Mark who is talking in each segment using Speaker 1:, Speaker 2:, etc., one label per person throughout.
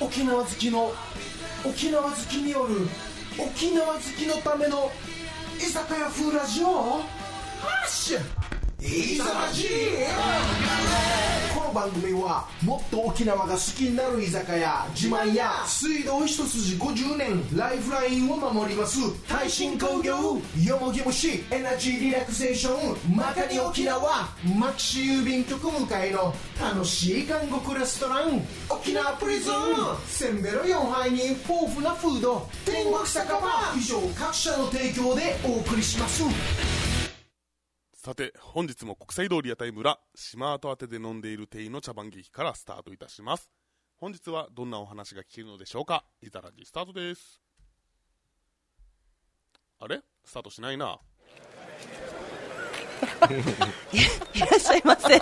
Speaker 1: 沖縄好きの沖縄好きによる沖縄好きのための居酒屋風ラジオハッシュいざまじこの番組はもっと沖縄が好きになる居酒屋自慢や水道一筋50年ライフラインを守ります耐震工業よもぎ虫エナジーリラクゼーションまかに沖縄マキシ郵便局向かいの楽しい韓国レストラン沖縄プリズンせんべろ4杯に豊富なフード天国酒場以上各社の提供でお送りします
Speaker 2: さて本日も国際通り屋台村島跡宛てで飲んでいる店員の茶番劇からスタートいたします本日はどんなお話が聞けるのでしょうかいただきスタートですあれスタートしないない
Speaker 3: らっしゃいませ。い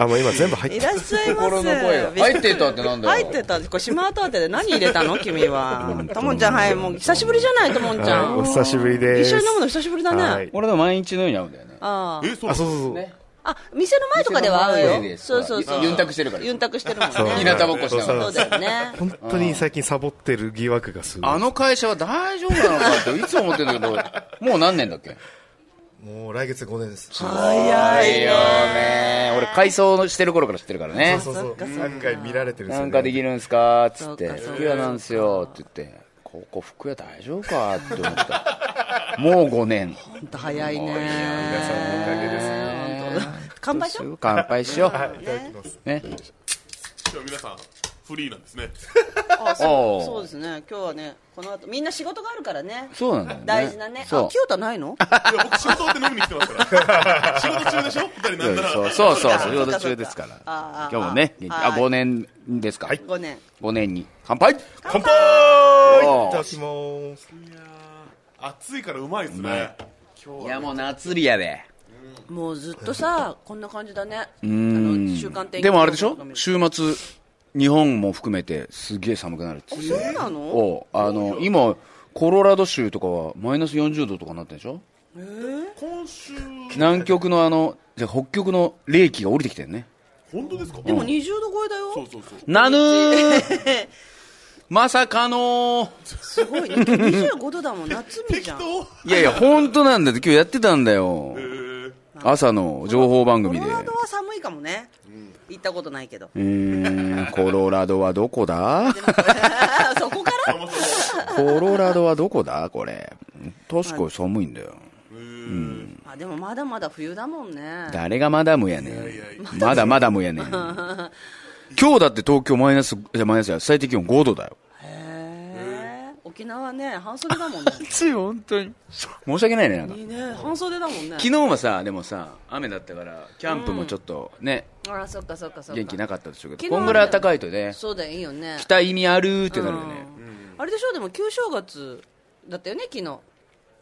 Speaker 4: あ、もう今全部入って
Speaker 3: らっしゃ いませ。
Speaker 5: 心の声が入ってたってなんだよ
Speaker 3: 入ってた。これ島アターテで何入れたの君は。ともんちゃん、はい、もう久しぶりじゃない、ともんちゃ
Speaker 4: はい、
Speaker 3: ん。
Speaker 4: お久しぶりで
Speaker 3: 一
Speaker 4: す。
Speaker 3: 緒に飲むの久しぶりだね。
Speaker 4: はい
Speaker 5: 俺でも毎日のように会うんだよね。
Speaker 3: あ
Speaker 2: えそう
Speaker 4: あ、そうそうそう。
Speaker 5: ね
Speaker 3: あ。あ、店の前とかでは会
Speaker 5: 店の前
Speaker 3: う
Speaker 5: で
Speaker 3: よ。
Speaker 5: す
Speaker 3: そうそうそう。
Speaker 5: ゆゆんたくしてるから
Speaker 3: ゆんたくしてるもんね。
Speaker 4: そう
Speaker 5: 日向ぼっこしなが
Speaker 3: そ
Speaker 5: ら
Speaker 3: う。だ よね。
Speaker 4: 本当に最近サボってる疑惑がすごい。
Speaker 5: あの会社は大丈夫なのかっていつも思ってるんだけど、もう 何年だっけ
Speaker 4: もう来月5年です。そう
Speaker 3: 早
Speaker 5: いいよね。俺、改装してる頃から知ってるからね。
Speaker 4: そうそう。何回見られてるんです
Speaker 5: な
Speaker 4: よ
Speaker 5: ん
Speaker 4: ね
Speaker 5: かできるんすかっつっ
Speaker 3: そう
Speaker 5: て
Speaker 3: かそうか
Speaker 5: 服屋なんすよって言ってここ服屋大丈夫かって思ったもう5年
Speaker 3: ほんと早いね。
Speaker 4: 皆さんのおかげです
Speaker 3: 本当だ乾杯し
Speaker 5: す
Speaker 3: よう。
Speaker 5: ぐ乾杯しよ
Speaker 4: いただきます。
Speaker 5: うね
Speaker 2: 今日皆さんフリーなんですね
Speaker 3: あそう
Speaker 5: おう
Speaker 3: そうですね。今日はね、この後、みんな仕事があるからね。
Speaker 5: そうなんだよね
Speaker 3: 大事なね。
Speaker 5: そ
Speaker 3: あ
Speaker 5: う、
Speaker 3: 清田ないの
Speaker 2: いや僕仕事終わって飲みに来てますから仕事中でしょ二人なんだら
Speaker 5: そうそうそ
Speaker 3: そ
Speaker 5: うそうう
Speaker 3: か
Speaker 5: 仕事中ですから
Speaker 3: ああ
Speaker 5: 今日もね元気
Speaker 3: あ
Speaker 5: あ
Speaker 3: あ
Speaker 5: 5年ですか
Speaker 3: 5年。
Speaker 5: 5年に乾杯
Speaker 4: 乾杯
Speaker 5: おー
Speaker 4: いただきます。
Speaker 2: いやー暑いからうまいですね今
Speaker 5: い
Speaker 2: 日は
Speaker 5: やもう夏リアで
Speaker 3: もうずっとさ、こんな感じだね。あ
Speaker 5: うん
Speaker 3: の週間天気
Speaker 5: でもあれでしょ
Speaker 3: 見る
Speaker 5: 週末日本も含めてすげえ寒くなるっつって
Speaker 3: そうなの
Speaker 5: おうあの今コロラド州とかはマイナス40度とかになってるでしょ
Speaker 2: 今週
Speaker 5: 南極のあのじゃあ北極の冷気が降りてきてるね
Speaker 2: 本当ですか
Speaker 3: でも20度超えだ
Speaker 2: そう
Speaker 3: よ。
Speaker 2: そうそう
Speaker 5: なぬー まさかの
Speaker 3: すごいね。25度だ もん、夏日じ
Speaker 2: 適
Speaker 3: ゃん。
Speaker 2: 当
Speaker 5: いやいや本当なんだって今日やってたんだよ
Speaker 2: えー
Speaker 5: 朝の情報番組で
Speaker 3: コロラドは寒いかもね。行ったことないけど。
Speaker 5: うーんコロラドはどこだ
Speaker 3: そこから
Speaker 2: そもそも
Speaker 5: コロラドはどこだこれ確かに寒いんだよ
Speaker 2: えー
Speaker 3: あでもまだまだ冬だもんね。
Speaker 5: 誰がマダムやねん。まだマダムや ねん。今日だって東京マイナス、じゃマイナスや、最低気温5度だよ。
Speaker 3: へえ。沖縄ね、半袖だもん ね。
Speaker 5: つい、本当に。申し訳ないね、なんか
Speaker 3: い。いね、半袖だもんね。
Speaker 5: 昨日はさ、でもさ、雨だったから、キャンプもちょっとね、
Speaker 3: あら、そっかそっかそっか。
Speaker 5: 元気なかったでしょう
Speaker 3: 昨
Speaker 5: け
Speaker 3: 日
Speaker 5: ど、こんぐらい暖かいとね、
Speaker 3: そうだよ、いいよね。
Speaker 5: 来た意味あるってなるよね。
Speaker 3: あれでしょ、でも旧正月だったよね、昨日。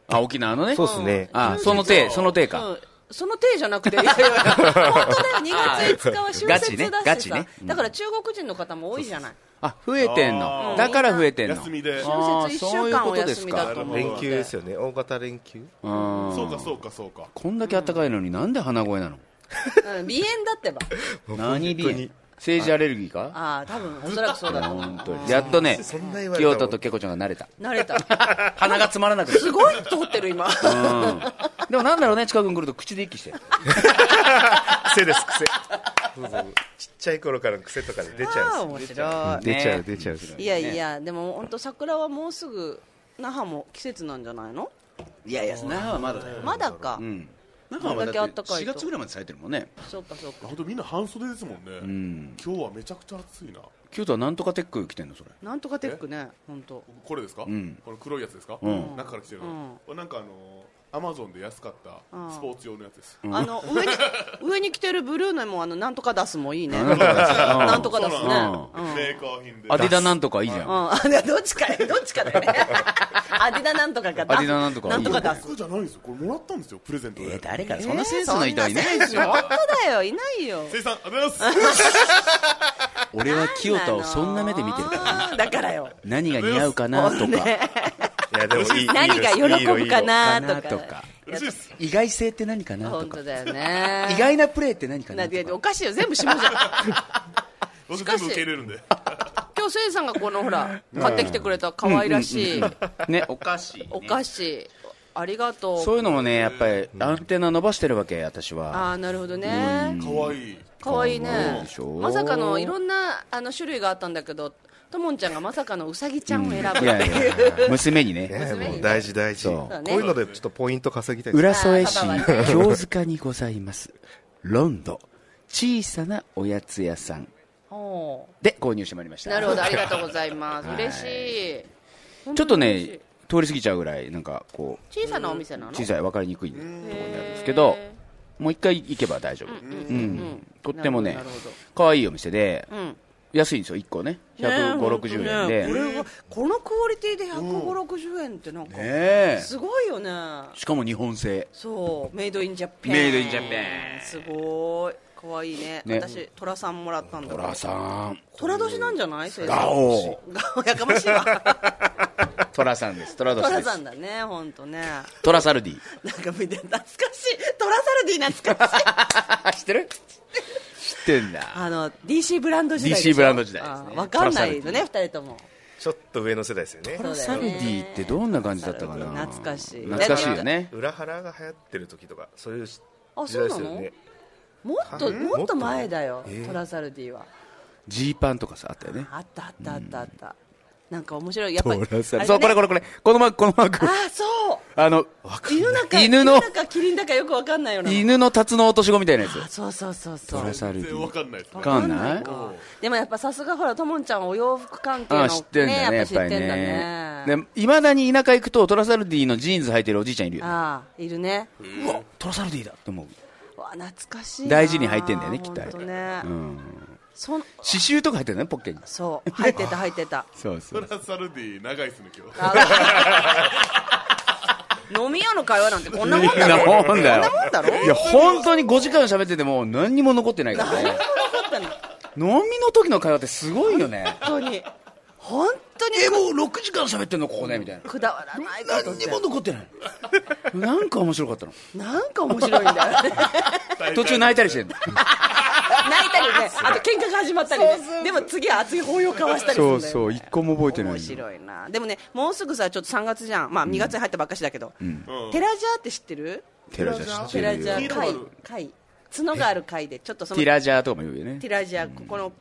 Speaker 5: あ、沖縄のね。
Speaker 4: そうですね。
Speaker 5: あ、その手、その手か。
Speaker 3: うんその手じゃなくて、いやいや本 当だよ、2月5日は春
Speaker 5: ガ
Speaker 3: 節
Speaker 5: チね
Speaker 3: だ
Speaker 5: ガ
Speaker 3: し
Speaker 5: チ
Speaker 3: さ、
Speaker 5: ねうん
Speaker 3: だから中国人の方も多いじゃない、
Speaker 5: あ、増えてん
Speaker 2: あ
Speaker 5: の
Speaker 3: ー。
Speaker 5: だから増えてんの。
Speaker 2: 休みで
Speaker 5: あ
Speaker 3: 春節
Speaker 5: ー
Speaker 3: 1週間お休みだと
Speaker 5: そ
Speaker 3: 思
Speaker 5: ういうことですか
Speaker 3: うので
Speaker 4: 連休ですよね。大型連休。
Speaker 5: あー
Speaker 2: そうかそうかそうか
Speaker 5: こんだけ暖かいのになんで鼻声なの
Speaker 3: うん鼻炎だってば、
Speaker 5: 何
Speaker 4: 本当
Speaker 5: ビ
Speaker 4: に
Speaker 5: 政治アレルギーか
Speaker 3: ああ、多分おそらくそうだ と思
Speaker 5: 本当にやっとね
Speaker 4: そんな言われた
Speaker 5: 清
Speaker 4: ら
Speaker 5: 田とけこちゃんが慣れた
Speaker 3: う、慣れた、
Speaker 5: 鼻が詰まらなくて
Speaker 3: すごい通ってる、今、
Speaker 5: うんでもなんだろうね近くに来ると口で息してる
Speaker 4: 癖です、癖。そうそうちっちゃい頃からの癖とかで出ち
Speaker 3: あ
Speaker 4: ゃ
Speaker 3: あ、
Speaker 4: うん
Speaker 3: 面
Speaker 4: です。
Speaker 3: 白
Speaker 4: 出ちゃう、
Speaker 5: ね
Speaker 4: 出ちゃう。
Speaker 3: い、いやいや、でも本当、桜はもうすぐ、那覇も季節なんじゃないの
Speaker 5: いやいや那覇はまだだよ
Speaker 3: まだか、
Speaker 5: うん那
Speaker 3: 覇はだってこんだけ暖かいと
Speaker 5: 4月ぐらいまで咲いてるもんね
Speaker 3: そうかそうか、
Speaker 2: 本当みんな半袖ですもんね、今日はめちゃくちゃ暑いな
Speaker 5: 清田はなんとかテック着てんのそれ
Speaker 3: なんとかテックね、本当、
Speaker 2: これですか、
Speaker 5: ん
Speaker 2: この黒いやつですか、
Speaker 5: ん
Speaker 2: 中から来てる
Speaker 3: う
Speaker 2: の
Speaker 3: ん、
Speaker 2: これなんかあのアマゾンで安かったスポーツ用のやつです、
Speaker 3: あの上に上に着てるブルーのも、あのなんとか出すもい いね。
Speaker 5: なんとか出すうん
Speaker 3: なんとか出す
Speaker 2: そ
Speaker 3: ね
Speaker 2: うな。
Speaker 5: の
Speaker 3: うん
Speaker 2: メーカー品で
Speaker 5: アディダなんとかいいじゃ
Speaker 3: うんん、あれどっちかどっちかだよ ねアディダなんとかか
Speaker 5: アディダなんとか
Speaker 3: なんとか出す
Speaker 2: 僕じゃないですよこれもらったんですよプレゼントで、
Speaker 5: え誰からそんなセンスの人はいな
Speaker 3: で
Speaker 5: いですす
Speaker 3: よ
Speaker 5: よ
Speaker 3: 本当だよいないよ
Speaker 2: 生産ありがとうございます
Speaker 5: 俺は清田をそんな目で見てるから
Speaker 3: らだからよ
Speaker 5: 何が似合うかなとか
Speaker 4: いや、でもいいいいです。
Speaker 3: 何が喜ぶかなとか
Speaker 5: かなとか
Speaker 2: 嬉しいです
Speaker 5: 意外性って何かなと
Speaker 3: 本
Speaker 5: か
Speaker 3: 当だよね
Speaker 5: 意外なプレーって何か
Speaker 3: な
Speaker 5: なと
Speaker 3: んて
Speaker 5: か
Speaker 3: おかしいよ全部下じゃん
Speaker 2: どうせ全部受け入れるんで。
Speaker 3: 今日せいさんがこのほら買ってきてくれた可愛らしい
Speaker 5: ね、お菓子、ね。
Speaker 3: お菓子ありがと
Speaker 5: そう
Speaker 3: う
Speaker 5: いうのもね、やっぱりアンテナ伸ばしてるわけ、私は。
Speaker 3: ああなるほどね
Speaker 2: かわいい。
Speaker 3: かわいい
Speaker 5: そう
Speaker 3: ね
Speaker 5: でしょ
Speaker 3: まさかのいろんなあの種類があったんだけどともんちゃんがまさかのうさぎちゃんを選ぶって
Speaker 5: いやい
Speaker 3: いう
Speaker 5: や、娘にね、
Speaker 4: ねもう大事大事。
Speaker 5: そう
Speaker 4: こ
Speaker 3: そう
Speaker 4: う
Speaker 3: ね
Speaker 4: いうのでちょっとポイント稼ぎたいです。
Speaker 5: 浦添市
Speaker 3: あーパパはね
Speaker 5: 京塚にございます、ロンド、小さなおやつ屋さん
Speaker 3: おー
Speaker 5: で購入してまいりました。
Speaker 3: なるほどありがとうございます嬉しい本
Speaker 5: ちょ
Speaker 3: 当
Speaker 5: っと
Speaker 3: に
Speaker 5: ね
Speaker 3: 嬉しい、
Speaker 5: 通り過ぎちゃうぐらい、なんかこう、
Speaker 3: 小さなお店なの
Speaker 5: 小さい、分かりにくいところにあるんですけ
Speaker 3: へ
Speaker 5: ど、
Speaker 3: ー
Speaker 5: もう一回行けば大丈夫。
Speaker 3: うん
Speaker 5: うん。とってもね
Speaker 3: なるほどなる、
Speaker 5: 可愛いお店で、
Speaker 3: ほどうん
Speaker 5: 安いんですよ、1個ね。150、60円
Speaker 3: ねこ
Speaker 5: で。
Speaker 3: れはこのクオリティで15060円ってなんか
Speaker 5: ねえ
Speaker 3: すごいよね
Speaker 5: しかも日本製。
Speaker 3: そうメイドインジャパン
Speaker 5: メイドインジャパン
Speaker 3: すごいかわいいね
Speaker 5: ね
Speaker 3: 私トラさんもらったんだ
Speaker 5: トラさん。
Speaker 3: トラ年なんじゃない先生
Speaker 5: ガオ
Speaker 3: ガオやかまし いわ
Speaker 5: トラさんです。トラ ド
Speaker 3: ト
Speaker 5: シで
Speaker 3: ラ
Speaker 5: す。
Speaker 3: さんだね本当ね
Speaker 5: トラサルディ。
Speaker 3: なんか見て懐かしいトラサルディ懐かしい
Speaker 5: あ、知ってる知ってんだ。
Speaker 3: あの DC ブランド時代でしょ
Speaker 5: DC ブランド時代ですね
Speaker 3: あわかんないのね二人とも
Speaker 4: ちょっと上の世代ですよね
Speaker 5: ト。ラサルディってどんな感じだったかな
Speaker 3: 懐かしい
Speaker 5: 懐かしいよね。
Speaker 4: 裏腹が流行ってる時とかそういう時
Speaker 3: あ
Speaker 4: 代
Speaker 3: そう
Speaker 4: で
Speaker 3: な
Speaker 4: すよ
Speaker 3: の
Speaker 4: ね。
Speaker 3: もっと
Speaker 4: うん
Speaker 3: もっと前だよ
Speaker 4: もっと前えー
Speaker 3: トラサルディは
Speaker 5: ジーパンとかさ、あったよね。
Speaker 3: あったあったあったあったなんか面白いやっぱ
Speaker 5: ト
Speaker 3: り
Speaker 5: ラサル
Speaker 3: あ
Speaker 5: そう、これこ
Speaker 3: れね
Speaker 5: れこれ。このマーク、このマーク。
Speaker 3: あそう
Speaker 5: あの、
Speaker 3: 犬だか
Speaker 5: 犬の
Speaker 3: 犬だかキリンだかよくわかんないような
Speaker 5: 犬の辰の落とし子みたいなやつ。
Speaker 3: あそうそうそうそ
Speaker 5: ト
Speaker 3: う
Speaker 5: ラサ
Speaker 2: 全
Speaker 5: ルデ
Speaker 2: 然わ
Speaker 5: ィ。
Speaker 2: かんないですね
Speaker 5: わ。かんない
Speaker 3: かでもやっぱさすがほらともんちゃんはお洋服関係の
Speaker 5: あ、知ってんだね、
Speaker 3: や
Speaker 5: や
Speaker 3: っ
Speaker 5: っ
Speaker 3: ぱ
Speaker 5: ぱ
Speaker 3: 知っ
Speaker 5: り
Speaker 3: てんだ
Speaker 5: ね。
Speaker 3: ね
Speaker 5: いまだに田舎行くと、トラサルディのジーンズ履いてるおじいちゃんいるよね。
Speaker 3: ああいるね
Speaker 5: うわ、トラサルディだって思う。
Speaker 3: わ懐かしいな
Speaker 5: 大事に履いてんだよね、きっとあ
Speaker 3: ほ
Speaker 5: れ。
Speaker 3: とね
Speaker 5: うん。
Speaker 3: そん
Speaker 5: 刺繍とか入ってるのね、ポッケに。
Speaker 3: そう入ってた入ってた
Speaker 5: そうそ
Speaker 2: トラサルディ長いですね、今日。
Speaker 3: 飲み屋の会話なんてこんな
Speaker 5: み
Speaker 3: もん
Speaker 5: ん
Speaker 3: だ
Speaker 5: な
Speaker 3: ろ
Speaker 5: もんだよ。
Speaker 3: こんなもんだろ
Speaker 5: いや、本当に5時間喋ってても何にも残ってないから ね。飲みの時の会話ってすごいよね。
Speaker 3: 本当に本当に
Speaker 5: え、もう6時間喋ってんの、ここね、みたいな。
Speaker 3: くだわらないこと
Speaker 5: 何
Speaker 3: って
Speaker 5: にも残ってない。なんか面白かったの。
Speaker 3: なんか面白いんだよね
Speaker 5: 途中泣いたりしてんの。
Speaker 3: 泣いたりねあと喧嘩が始まったりねでも次は熱い抱擁交わしたりするんだよね
Speaker 5: う、一個も覚え
Speaker 3: 面白いなでもねもうすぐさちょっと3月じゃんまあ2月に入ったばっかしだけど、テラジャーって知ってる
Speaker 5: テラジャ知って
Speaker 3: テラ
Speaker 5: る
Speaker 3: ジャ
Speaker 5: よ。
Speaker 3: ー会会角がある会でちょっとその
Speaker 5: ティラジャーとかも言うよね
Speaker 3: テ。ラジャーここの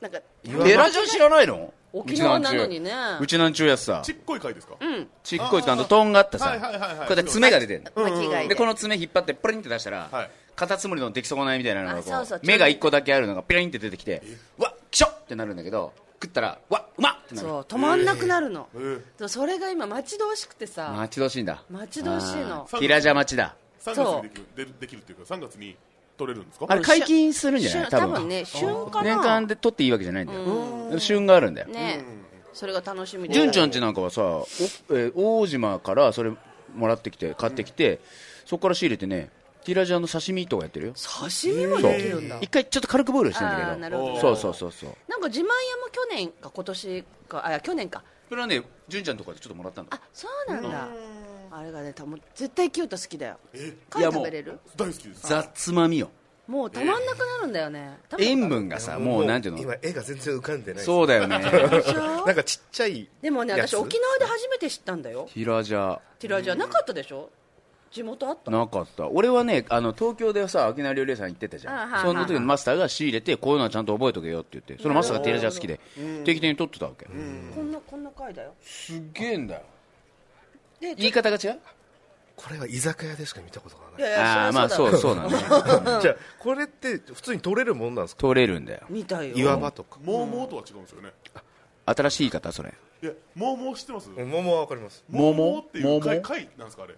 Speaker 3: なんか
Speaker 5: テラジャー知らないの
Speaker 3: 沖縄なのにね
Speaker 5: うちなんちゅうやつさ
Speaker 2: ち。っこい回ですかうん。
Speaker 5: ちっこいとあの、とんがあったさ。
Speaker 2: は
Speaker 5: こ
Speaker 2: いはいはいはいう
Speaker 5: やって爪が出てんの。
Speaker 3: 間違いで
Speaker 5: でこの爪引っ張ってプリンって出したら、
Speaker 2: はい
Speaker 5: カタツムリの出来損ないみたいなのがこう
Speaker 3: あそうそう
Speaker 5: 目が一個だけあるのがピリンって出てきてうわっきしょってなるんだけど食ったらうわうまっってなる
Speaker 3: そう止まんなくなるの、
Speaker 2: ー
Speaker 3: そうそれが今待ち遠しくてさ
Speaker 5: 待ち遠しいんだ
Speaker 3: 待ち遠しいの
Speaker 5: あーティラジャ待ちだ
Speaker 2: 3月にできるでできるっていうか、3月に取れるんですか
Speaker 5: あれ解禁するんじゃな
Speaker 3: 旬
Speaker 5: い多
Speaker 3: 多
Speaker 5: 分
Speaker 3: 分ね旬かな
Speaker 5: 年間で取っていいわけじゃないんだよ旬があるんだよ
Speaker 3: ねそれが楽しみで
Speaker 5: 純ちゃんちなんかはさお、えー大島からそれもらってきて買ってきて、そこから仕入れてねティラジャの刺身とかやってるよ
Speaker 3: 刺身も
Speaker 5: そう
Speaker 3: できるんだ
Speaker 5: 一回ちょっと軽くボイルしてんだ
Speaker 3: あー
Speaker 5: け
Speaker 3: な
Speaker 5: ど
Speaker 3: るほど
Speaker 5: そうそうそうそう
Speaker 3: なんか自慢屋も去年か今年かあ去年か
Speaker 5: それはね純ちゃんとかでちょっともらったんだ
Speaker 3: あそうなんだあれがねたもう絶対キュート好きだよ
Speaker 5: い
Speaker 3: 貝
Speaker 5: や
Speaker 3: 食
Speaker 5: もう
Speaker 3: べれる
Speaker 2: 大好きです。
Speaker 5: ザ・つまみよ
Speaker 3: もうたまんなくなるんだよね多分
Speaker 5: 塩分がさもうなんていうの
Speaker 4: 今絵が全然浮かんでない。
Speaker 5: そうだよね
Speaker 3: でしょ
Speaker 4: なんかちっちゃいやつ。
Speaker 3: でもね私沖縄で初めて知ったんだよ
Speaker 5: ティラジャ
Speaker 3: ティラジャーなかったでしょ地元あった
Speaker 5: なかった俺はねあの東京でさ沖縄料理屋さん行ってたじ
Speaker 3: あ
Speaker 5: ゃ
Speaker 3: ーは
Speaker 5: ん
Speaker 3: ー
Speaker 5: その時のマスターが仕入れてこういうのはちゃんと覚えとけよって言ってそのマスターがティラジャー好きで定期的に取ってたわけ
Speaker 3: こんなこんな貝だよ
Speaker 5: すっげえんだよ
Speaker 3: で
Speaker 5: 言い方が違う
Speaker 4: これは居酒屋でしか見たことが
Speaker 3: い
Speaker 4: ない。
Speaker 3: やい
Speaker 5: あ
Speaker 3: や
Speaker 5: あまあ
Speaker 3: そり
Speaker 5: そ
Speaker 3: ゃ
Speaker 5: う
Speaker 3: そうだ
Speaker 5: そうな ね
Speaker 4: じゃあこれって普通に取れるもんなんですか。
Speaker 5: 取れるんだよ
Speaker 3: みたい
Speaker 4: 岩
Speaker 3: よ
Speaker 4: 場とか。
Speaker 2: モーモーとは違うんですよね。
Speaker 5: 新しい言い方それ
Speaker 2: いや、モーモー知ってます
Speaker 4: 桃はわかります。
Speaker 5: モーモー
Speaker 2: モーモーってい
Speaker 5: モ
Speaker 2: う
Speaker 5: ーモー
Speaker 2: 貝、貝なんですか、あれ。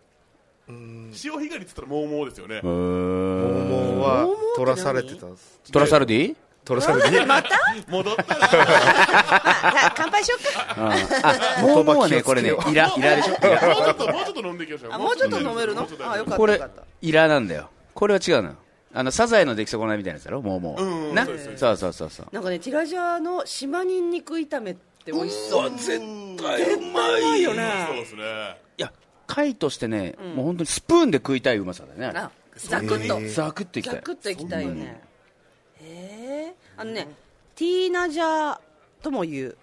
Speaker 2: 潮干狩りって言ったらモーモーですよね。
Speaker 4: 桃は
Speaker 3: 桃って何
Speaker 4: 取らされてたんです。
Speaker 5: トラサルディ
Speaker 4: 取らされてた。また。
Speaker 2: 戻った ら、
Speaker 3: あ乾杯しよっか
Speaker 5: ああもうもうねこれねイライラでしょイラ
Speaker 2: もうちょっと、もうちょっと飲んでいきましょう。
Speaker 3: あもうちょっと飲めるの
Speaker 2: もうちょっと
Speaker 3: あよかった
Speaker 5: こ
Speaker 3: よ
Speaker 5: れ
Speaker 3: かった
Speaker 5: イラなんだよこれは違うのよあのサザエの出来損ないみたいなやつだろもうもう、
Speaker 2: んうん
Speaker 5: な
Speaker 2: そうですそうで
Speaker 5: そうそうそうそう
Speaker 3: なんかねティラジャーの島にんにく炒めって美味しそう
Speaker 5: 絶対うまい
Speaker 3: よね
Speaker 2: そうですね。
Speaker 5: いや貝としてね、もう本当にスプーンで食いたいうまさだよね
Speaker 3: あザクッと
Speaker 5: ザクッといきた
Speaker 3: ザ
Speaker 5: い
Speaker 3: クッといきたいよねへえあのねティーナジャーとも言う、っ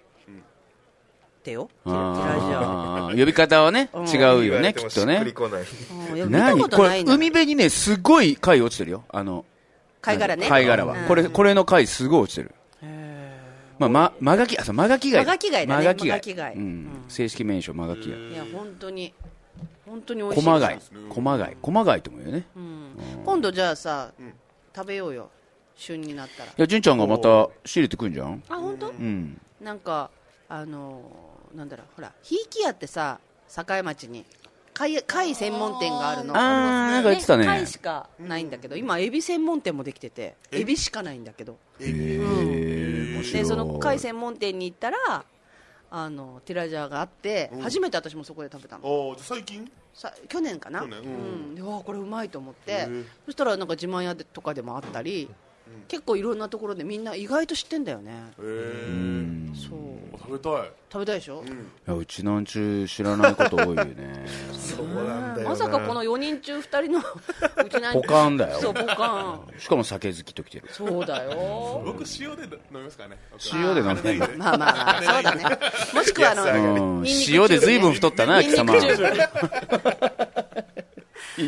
Speaker 3: てよティラジャー
Speaker 5: あー呼び方はね、
Speaker 3: うん
Speaker 5: 違うよね、きっと
Speaker 4: しっくり
Speaker 5: ね。
Speaker 4: こない。
Speaker 3: うんいや見た
Speaker 5: 何
Speaker 3: こと
Speaker 5: こ
Speaker 3: な
Speaker 5: れ、
Speaker 3: いな
Speaker 5: 海辺にね、すごい貝落ちてるよ。あの、
Speaker 3: 貝殻ね
Speaker 5: 貝殻は。これ、これの貝すごい落ちてる。まあ、ま、マガキ、あ、そう、マガキ貝。
Speaker 3: マガキ貝だね
Speaker 5: マガキ
Speaker 3: マガキ貝
Speaker 5: う
Speaker 3: うん
Speaker 5: ん。正式名称、マガキ貝。
Speaker 3: いや本当に本当に美味しい
Speaker 5: 駒貝
Speaker 2: ね。
Speaker 5: 駒貝。駒貝とも言うよね。い
Speaker 3: 今度じゃあさ、食べようよ旬になったら
Speaker 5: や、純ちゃんがまた仕入れてくんじゃん
Speaker 3: あ本当、
Speaker 5: うん。
Speaker 3: なんかあのーなんだろうほらひいき屋ってさ栄町に貝貝専門店があるの
Speaker 5: あー、なんか言ってたね。
Speaker 3: 貝しかないんだけど、今エビ専門店もできててエビしかないんだけど
Speaker 5: へー面白い
Speaker 3: でその貝専門店に行ったらあのティラジャーがあって、初めて私もそこで食べたの
Speaker 2: おーじゃあ最近
Speaker 3: さ去年かな
Speaker 2: 去年う
Speaker 3: うんでうわこれうまいと思っ
Speaker 2: へ
Speaker 3: て
Speaker 2: ー
Speaker 3: そしたらなんか自慢屋でとかでもあったり、結構いろんなところでみんな意外と知ってんだよね、
Speaker 2: へー
Speaker 3: そう
Speaker 2: 食べたい
Speaker 3: 食べたいでしょ、
Speaker 5: いやうちなんちゅう知らないこと多いよ ね
Speaker 4: そうなんだよな。
Speaker 3: まさかこの4人中2人 のうちなん
Speaker 5: ポカンだよ
Speaker 3: そうポカン
Speaker 5: しかも酒好きときてる
Speaker 3: そうだよ
Speaker 2: 僕塩で飲みますからね
Speaker 5: 塩で飲 むね
Speaker 3: まあまあまあそうだ ねもしくはあの
Speaker 4: 安上がり
Speaker 5: う
Speaker 3: ニンニ
Speaker 5: ん
Speaker 3: クチューブね
Speaker 5: 塩で随分太ったな
Speaker 3: ニン
Speaker 5: 貴
Speaker 3: ニク
Speaker 5: 様
Speaker 3: チューブ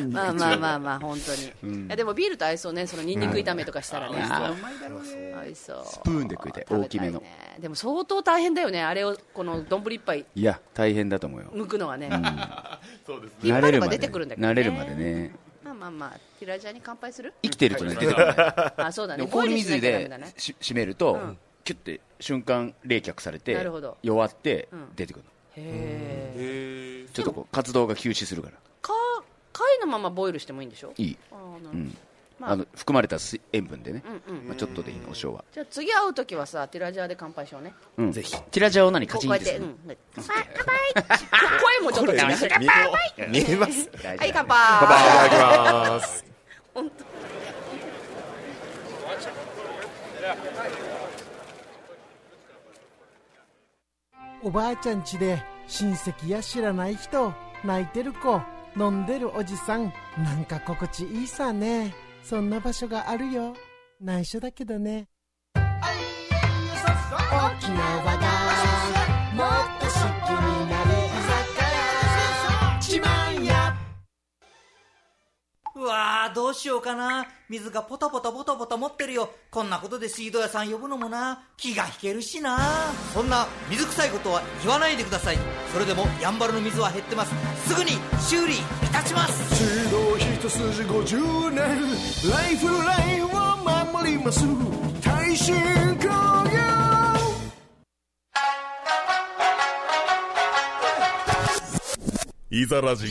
Speaker 3: まあまあまあまあ本当に、いやでもビールと合いそうねそのニンニク炒めとかしたらね、合いそうス
Speaker 5: プーンで食いたい大きめの
Speaker 3: でも相当大変だよねあれをこの丼一杯
Speaker 5: いや大変だと思うよ
Speaker 3: 剥くのはね、
Speaker 2: そうですね
Speaker 3: 引っ張れば
Speaker 5: 慣
Speaker 3: 出てくるんだけどね
Speaker 5: 慣れるまでね
Speaker 3: まあまあまあティラジャーに乾杯す る
Speaker 5: 生きてるとね出てこない
Speaker 3: あそうだ
Speaker 5: で
Speaker 3: ね
Speaker 5: も氷水
Speaker 3: ボイルしなきゃダメだ
Speaker 5: で
Speaker 3: ね
Speaker 5: し締めるとキュッて瞬間冷却されて
Speaker 3: なるほど
Speaker 5: 弱って
Speaker 3: ん
Speaker 5: 出てくるの
Speaker 3: へえ
Speaker 2: へ
Speaker 5: ちょっとこう活動が休止するから
Speaker 3: か貝のままボイルしてもいいんでしょ
Speaker 5: いい
Speaker 3: あーなるほどまあ
Speaker 5: あの含まれた水塩分でね
Speaker 3: うんうん
Speaker 5: まあちょっとでいいのお塩は
Speaker 3: じゃあ次会う時はさティラジャーで乾杯しようね
Speaker 5: うんティラジャーを何
Speaker 3: こ
Speaker 5: カ
Speaker 3: う
Speaker 5: チ
Speaker 3: こう
Speaker 5: ン
Speaker 3: や
Speaker 5: っ
Speaker 3: ってて、
Speaker 5: す
Speaker 3: う
Speaker 5: る
Speaker 3: ん、乾杯声もちょっと違う
Speaker 4: 見え見えます。い
Speaker 5: 大
Speaker 3: はい乾
Speaker 5: 事だ
Speaker 4: た
Speaker 3: 杯
Speaker 4: だきます。
Speaker 6: おばあちゃん家で親戚や知らない人泣いてる子飲んでるおじさんなんか心地いいさねそんな場所があるよ内緒だけどね沖縄がもっと好きになる居酒屋ちまんや
Speaker 7: うわーどうしようかな水がポタポタポタポタ持ってるよこんなことで水道屋さん呼ぶのもな気が引けるしなそんな水臭いことは言わないでくださいそれでもやんばるの水は減ってますすぐに修理いたします
Speaker 8: 水道一筋50年ライフラインを守ります耐震工業
Speaker 2: いざらじ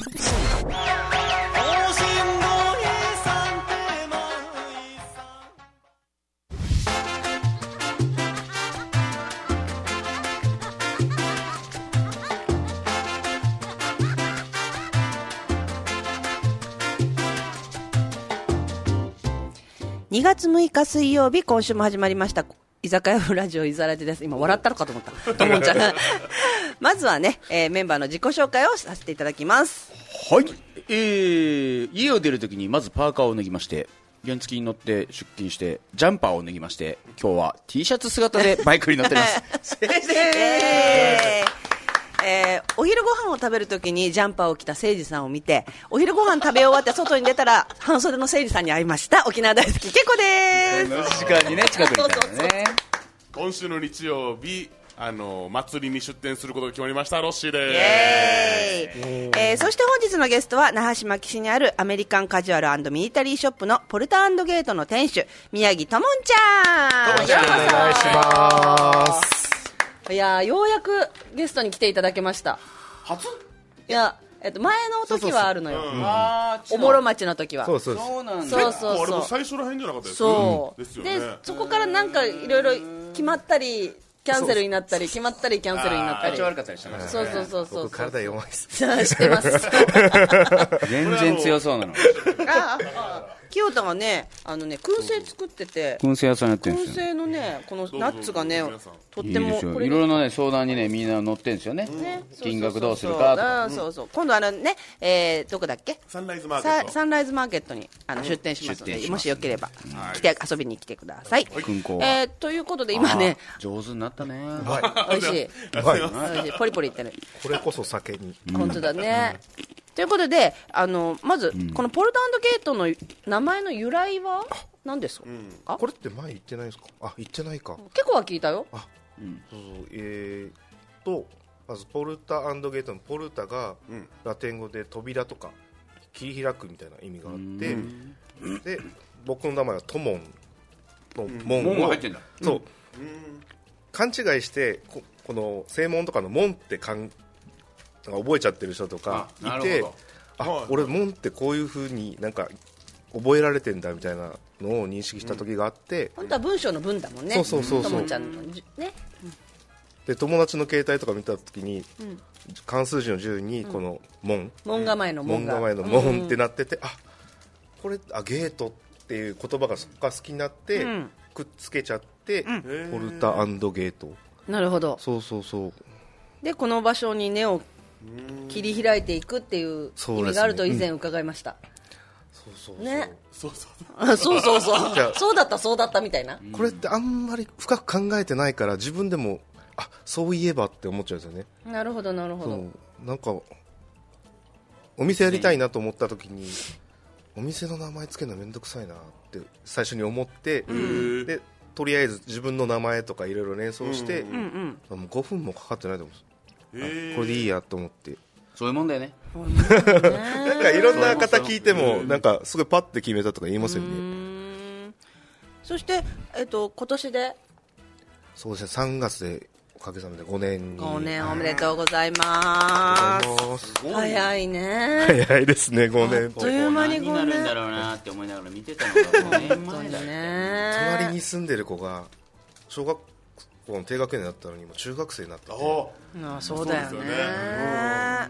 Speaker 3: 2月6日水曜日、今週も始まりました。居酒屋のラジオいざらじです。今笑ったのかと思った。ともんちゃん。まずはね、えーメンバーの自己紹介をさせていただきます。
Speaker 5: はい、えー、家を出るときにまずパーカーを脱ぎまして原付に乗って出勤してジャンパーを脱ぎまして今日は T シャツ姿 でバイクに乗っております
Speaker 3: えーえーお昼ご飯を食べるときにジャンパーを着た誠司さんを見て、お昼ご飯食べ終わって外に出たら、半袖の誠司さんに会いました。沖縄大好き、けこです。
Speaker 5: 時間にね近くにいたんだね
Speaker 2: 今週の日曜日あの祭りに出店することが決まりましたロッシー
Speaker 3: イ
Speaker 2: です
Speaker 3: エーイえーそして本日のゲストは那覇島岸にあるアメリカンカジュアルミリタリーショップのポルターゲートの店主宮城ともんちゃんようこそいやーようやくゲストに来ていただけました
Speaker 5: 初
Speaker 3: いや、えっと、前の時はあるのよ
Speaker 5: あ
Speaker 3: おもろ町の時は
Speaker 4: そうそうそう。
Speaker 5: そうなんだ
Speaker 3: そうそう
Speaker 2: あれ
Speaker 3: そ
Speaker 2: も
Speaker 3: う
Speaker 2: 最初ら辺じゃなかったです
Speaker 3: そう、
Speaker 2: ですよね
Speaker 3: でそこからなんかいろいろ決まったりキャンセルになったり決まったりキャンセルになったり
Speaker 5: 体調悪かったりしたから
Speaker 3: そうそうそうそう
Speaker 4: 僕 体弱いです。
Speaker 3: 知ってます
Speaker 5: 全然強そうなの
Speaker 3: 清田がねあのね燻製作ってて
Speaker 5: 燻製屋さんやってるんで
Speaker 3: 燻
Speaker 5: すよ、ね、
Speaker 3: 製のねこの
Speaker 2: ぞ
Speaker 3: ナッツがね
Speaker 2: どうぞ皆さん
Speaker 3: とっ
Speaker 5: いい
Speaker 3: ても
Speaker 5: ですよいろいろな、ね、相談にねみんな乗ってんですよね
Speaker 3: ね
Speaker 5: 金額どうするかとか
Speaker 3: そうそうそう今度あのね、えーどこだっけ
Speaker 2: サンライズマーケッ
Speaker 3: サ
Speaker 2: ト
Speaker 3: サンライズマーケットにあの出店しますので、
Speaker 5: 出店し
Speaker 3: も
Speaker 5: ます
Speaker 3: しよければ、
Speaker 2: はい
Speaker 3: 来て遊びに来てください。
Speaker 5: 空港は
Speaker 3: えーということで今ね
Speaker 5: あー上手になったね
Speaker 3: 美味しい
Speaker 4: はい
Speaker 3: 美味しいポリポリいってる、
Speaker 4: これこそ酒に
Speaker 3: 本当だね。ということであのまず、このポルトゲートの名前の由来は何ですか、あ
Speaker 4: これって前言ってないですかあ言ってないか
Speaker 3: 結構は聞いたよ。
Speaker 4: そうそうえーっとまずポルタゲートのポルタが
Speaker 2: うん
Speaker 4: ラテン語で扉とか切り開くみたいな意味があってで僕の名前はトモンの門を
Speaker 5: 門が入ってんだ
Speaker 4: そう勘違いしてここの正門とかの門ってかんなんか覚えちゃってる人とかい
Speaker 5: あなる
Speaker 4: て
Speaker 5: ほど
Speaker 4: あ
Speaker 2: はい
Speaker 4: 俺門ってこういうふうになんか覚えられてんだみたいなのを認識した時があって、
Speaker 3: 本当は文章の文だもんね。
Speaker 4: そうそうそうそう
Speaker 3: ともちゃんのじね。
Speaker 4: で友達の携帯とか見た時に、関数字の10にこの門、
Speaker 3: 門構えの門
Speaker 4: 門
Speaker 3: が。
Speaker 4: 構えの門ってなってて、あこれあゲートっていう言葉がそっから好きになって、
Speaker 3: ん
Speaker 4: くっつけちゃって、ポルタゲート
Speaker 3: なるほど。
Speaker 4: そうそうそう
Speaker 3: でこの場所に根を切り開いていくっていう
Speaker 4: そ
Speaker 3: 意
Speaker 4: うですね
Speaker 3: 味があると以前伺いました。
Speaker 4: そうそうそう、
Speaker 3: ね。
Speaker 2: そうそう
Speaker 3: あそうそうそ
Speaker 4: じゃ
Speaker 3: う。
Speaker 4: あ
Speaker 3: そうだったそうだったみたいな。
Speaker 4: これってあんまり深く考えてないから自分でもあそういえばって思っちゃうんですよね
Speaker 3: なるほどなるほ
Speaker 4: そ
Speaker 3: ど。
Speaker 4: うなんかお店やりたいなと思った時にお店の名前つけるのめんどくさいなって最初に思ってでとりあえず自分の名前とかいろいろ連想して、もう5分もかかってないと思うんですよあこれでいいやと思って
Speaker 5: そういうもんだよね
Speaker 4: なんかいろんな方聞いてもなんかすごいパッて決めたとか言いますよね
Speaker 3: そしてえっと今年で
Speaker 4: そうですね3月でおかげさまで5年に
Speaker 3: 5年おめでとうございます。
Speaker 4: す
Speaker 3: 早いね。
Speaker 4: 早いですね5年
Speaker 3: あっという間に
Speaker 5: 何にな
Speaker 3: 5
Speaker 5: るんだ
Speaker 3: 年。
Speaker 5: ろうなって思いながら見てたのが5年前だよ
Speaker 4: 隣
Speaker 3: ね。
Speaker 4: に住んでる子が小学校の低学年だったのにもう中学生になってて
Speaker 3: あそうだよ
Speaker 2: そう
Speaker 3: ね
Speaker 2: ですよね。
Speaker 3: あ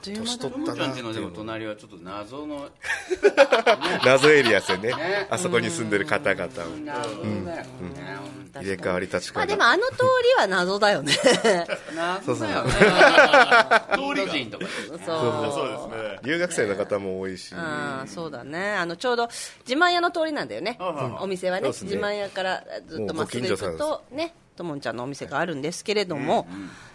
Speaker 3: っという間
Speaker 4: 年
Speaker 3: だ
Speaker 4: 取っ
Speaker 5: も
Speaker 4: た
Speaker 5: ちゃん
Speaker 4: なっ
Speaker 5: ち
Speaker 4: て
Speaker 5: ので
Speaker 4: い
Speaker 5: も
Speaker 4: うの
Speaker 5: 隣はちょっと謎の
Speaker 4: 謎エリアですよねあそこに住んでる方々の
Speaker 5: 謎だよね
Speaker 4: 入れ替わり立ち
Speaker 3: まあ
Speaker 4: 替
Speaker 3: でも
Speaker 4: わ
Speaker 3: あの通りは謎だよね。
Speaker 5: 謎だよねインド人とか
Speaker 3: そう。
Speaker 2: そうですね
Speaker 4: り留学生の方も多いし
Speaker 3: うん、そうだねあのちょうど自慢屋の通りなんだよね、お店はね
Speaker 4: そうですね
Speaker 3: 自慢屋からずっとまっすぐ行
Speaker 4: もうご近所さん
Speaker 3: く
Speaker 4: です
Speaker 3: とねともんちゃんのお店があるんですけれども、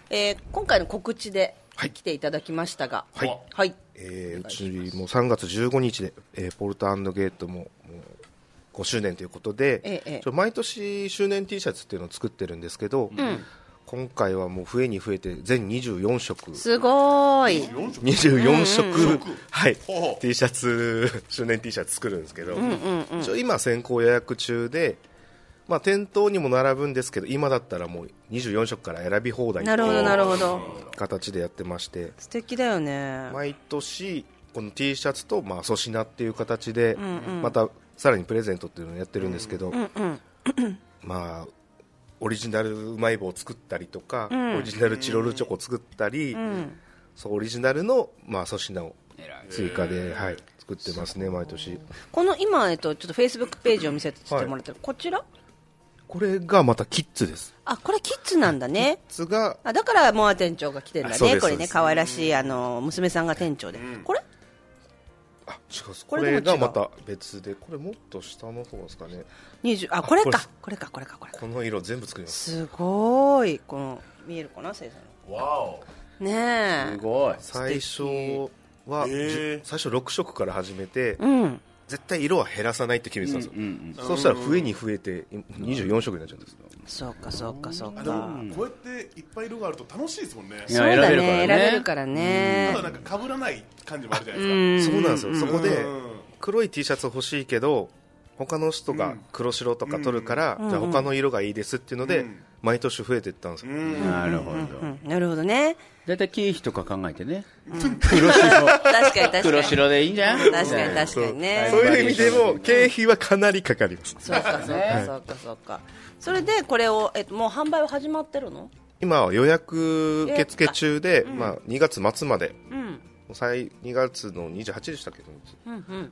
Speaker 3: えー今回の告知で来ていただきましたが
Speaker 4: はい、
Speaker 3: はい
Speaker 4: えーうちも3月15日で、えーポルトゲートももう5周年ということで、
Speaker 3: ええええ
Speaker 4: ちょ毎年周年 T シャツっていうのを作ってるんですけど、今回はもう増えに増えて全24色
Speaker 3: すごーい
Speaker 4: 24色、はい
Speaker 2: ほう、
Speaker 4: T シャツ、周年 T シャツ作るんですけど、一応今、先行予約中で、まあ、店頭にも並ぶんですけど、今だったらもう24色から選び放題
Speaker 3: なるほどなるほど
Speaker 4: 形でやってまして、
Speaker 3: 素敵だよね
Speaker 4: 毎年、この T シャツとまあ粗品っていう形で、またさらにプレゼントっていうのをやってるんですけど、 まあ、オリジナルうまい棒を作ったりとか、オリジナルチロルチョコ作ったり、そうオリジナルの、まあ、粗品を追加で、はい、作ってますね毎年
Speaker 3: この今、えっと、ちょっとフェイスブックページを見せてもらってる、こちら
Speaker 4: これがまたキッズです
Speaker 3: あこれキッズなんだね
Speaker 4: キッズが
Speaker 3: あだからモア店長が来てるんだ
Speaker 4: あそう
Speaker 3: ね
Speaker 4: です
Speaker 3: これ
Speaker 4: そうで
Speaker 3: ね
Speaker 4: す
Speaker 3: 可愛らしいあの娘さんが店長で、これ
Speaker 4: あ違うです
Speaker 3: こ
Speaker 4: こ
Speaker 3: れでも違
Speaker 4: れ
Speaker 3: う
Speaker 4: がまた別でこれもっと下の方ですかね
Speaker 3: 20あこれ
Speaker 4: これ
Speaker 3: か
Speaker 4: です
Speaker 3: これかこれかこれか
Speaker 4: この色全部作ります
Speaker 3: すごいこの見えるかな生産のわ
Speaker 5: す
Speaker 3: ね
Speaker 5: ごい
Speaker 4: 最初は、
Speaker 2: へー
Speaker 4: じゅ最初6色から始めて、
Speaker 3: えうん
Speaker 4: 絶対色は減らさないって決めてたんですよ、そうしたら増えに増えて24色になっちゃうんです
Speaker 3: そ
Speaker 4: よ
Speaker 3: うかそうかそう
Speaker 2: あで
Speaker 3: か
Speaker 2: もこうやっていっぱい色があると楽しいですもんね
Speaker 5: い
Speaker 3: そ
Speaker 5: や
Speaker 3: うだね選
Speaker 5: 選べるからね
Speaker 3: べるからね
Speaker 2: あとなんか被らない感じもあるじゃないで
Speaker 4: そうなんですよ、そこで
Speaker 2: うん
Speaker 4: 黒い T シャツ欲しいけど他の人が黒白とか取るから、じゃあ他の色がいいですっていうので、毎年増えていったんですよ、
Speaker 5: なるほど
Speaker 3: うんなるほどね
Speaker 5: 大体経費とか考えてね
Speaker 3: 確かに確かに
Speaker 5: 黒白でいいんじゃん
Speaker 3: 確かに確かにね
Speaker 4: そういう意味でも経費はかなりかかります
Speaker 3: そうかそうかそうかそうかそれでこれをえっともう販売は始まってるの
Speaker 4: 今は予約受付中で、まあ、2月末まで
Speaker 3: うん
Speaker 4: 最2月の28日でしたっけど、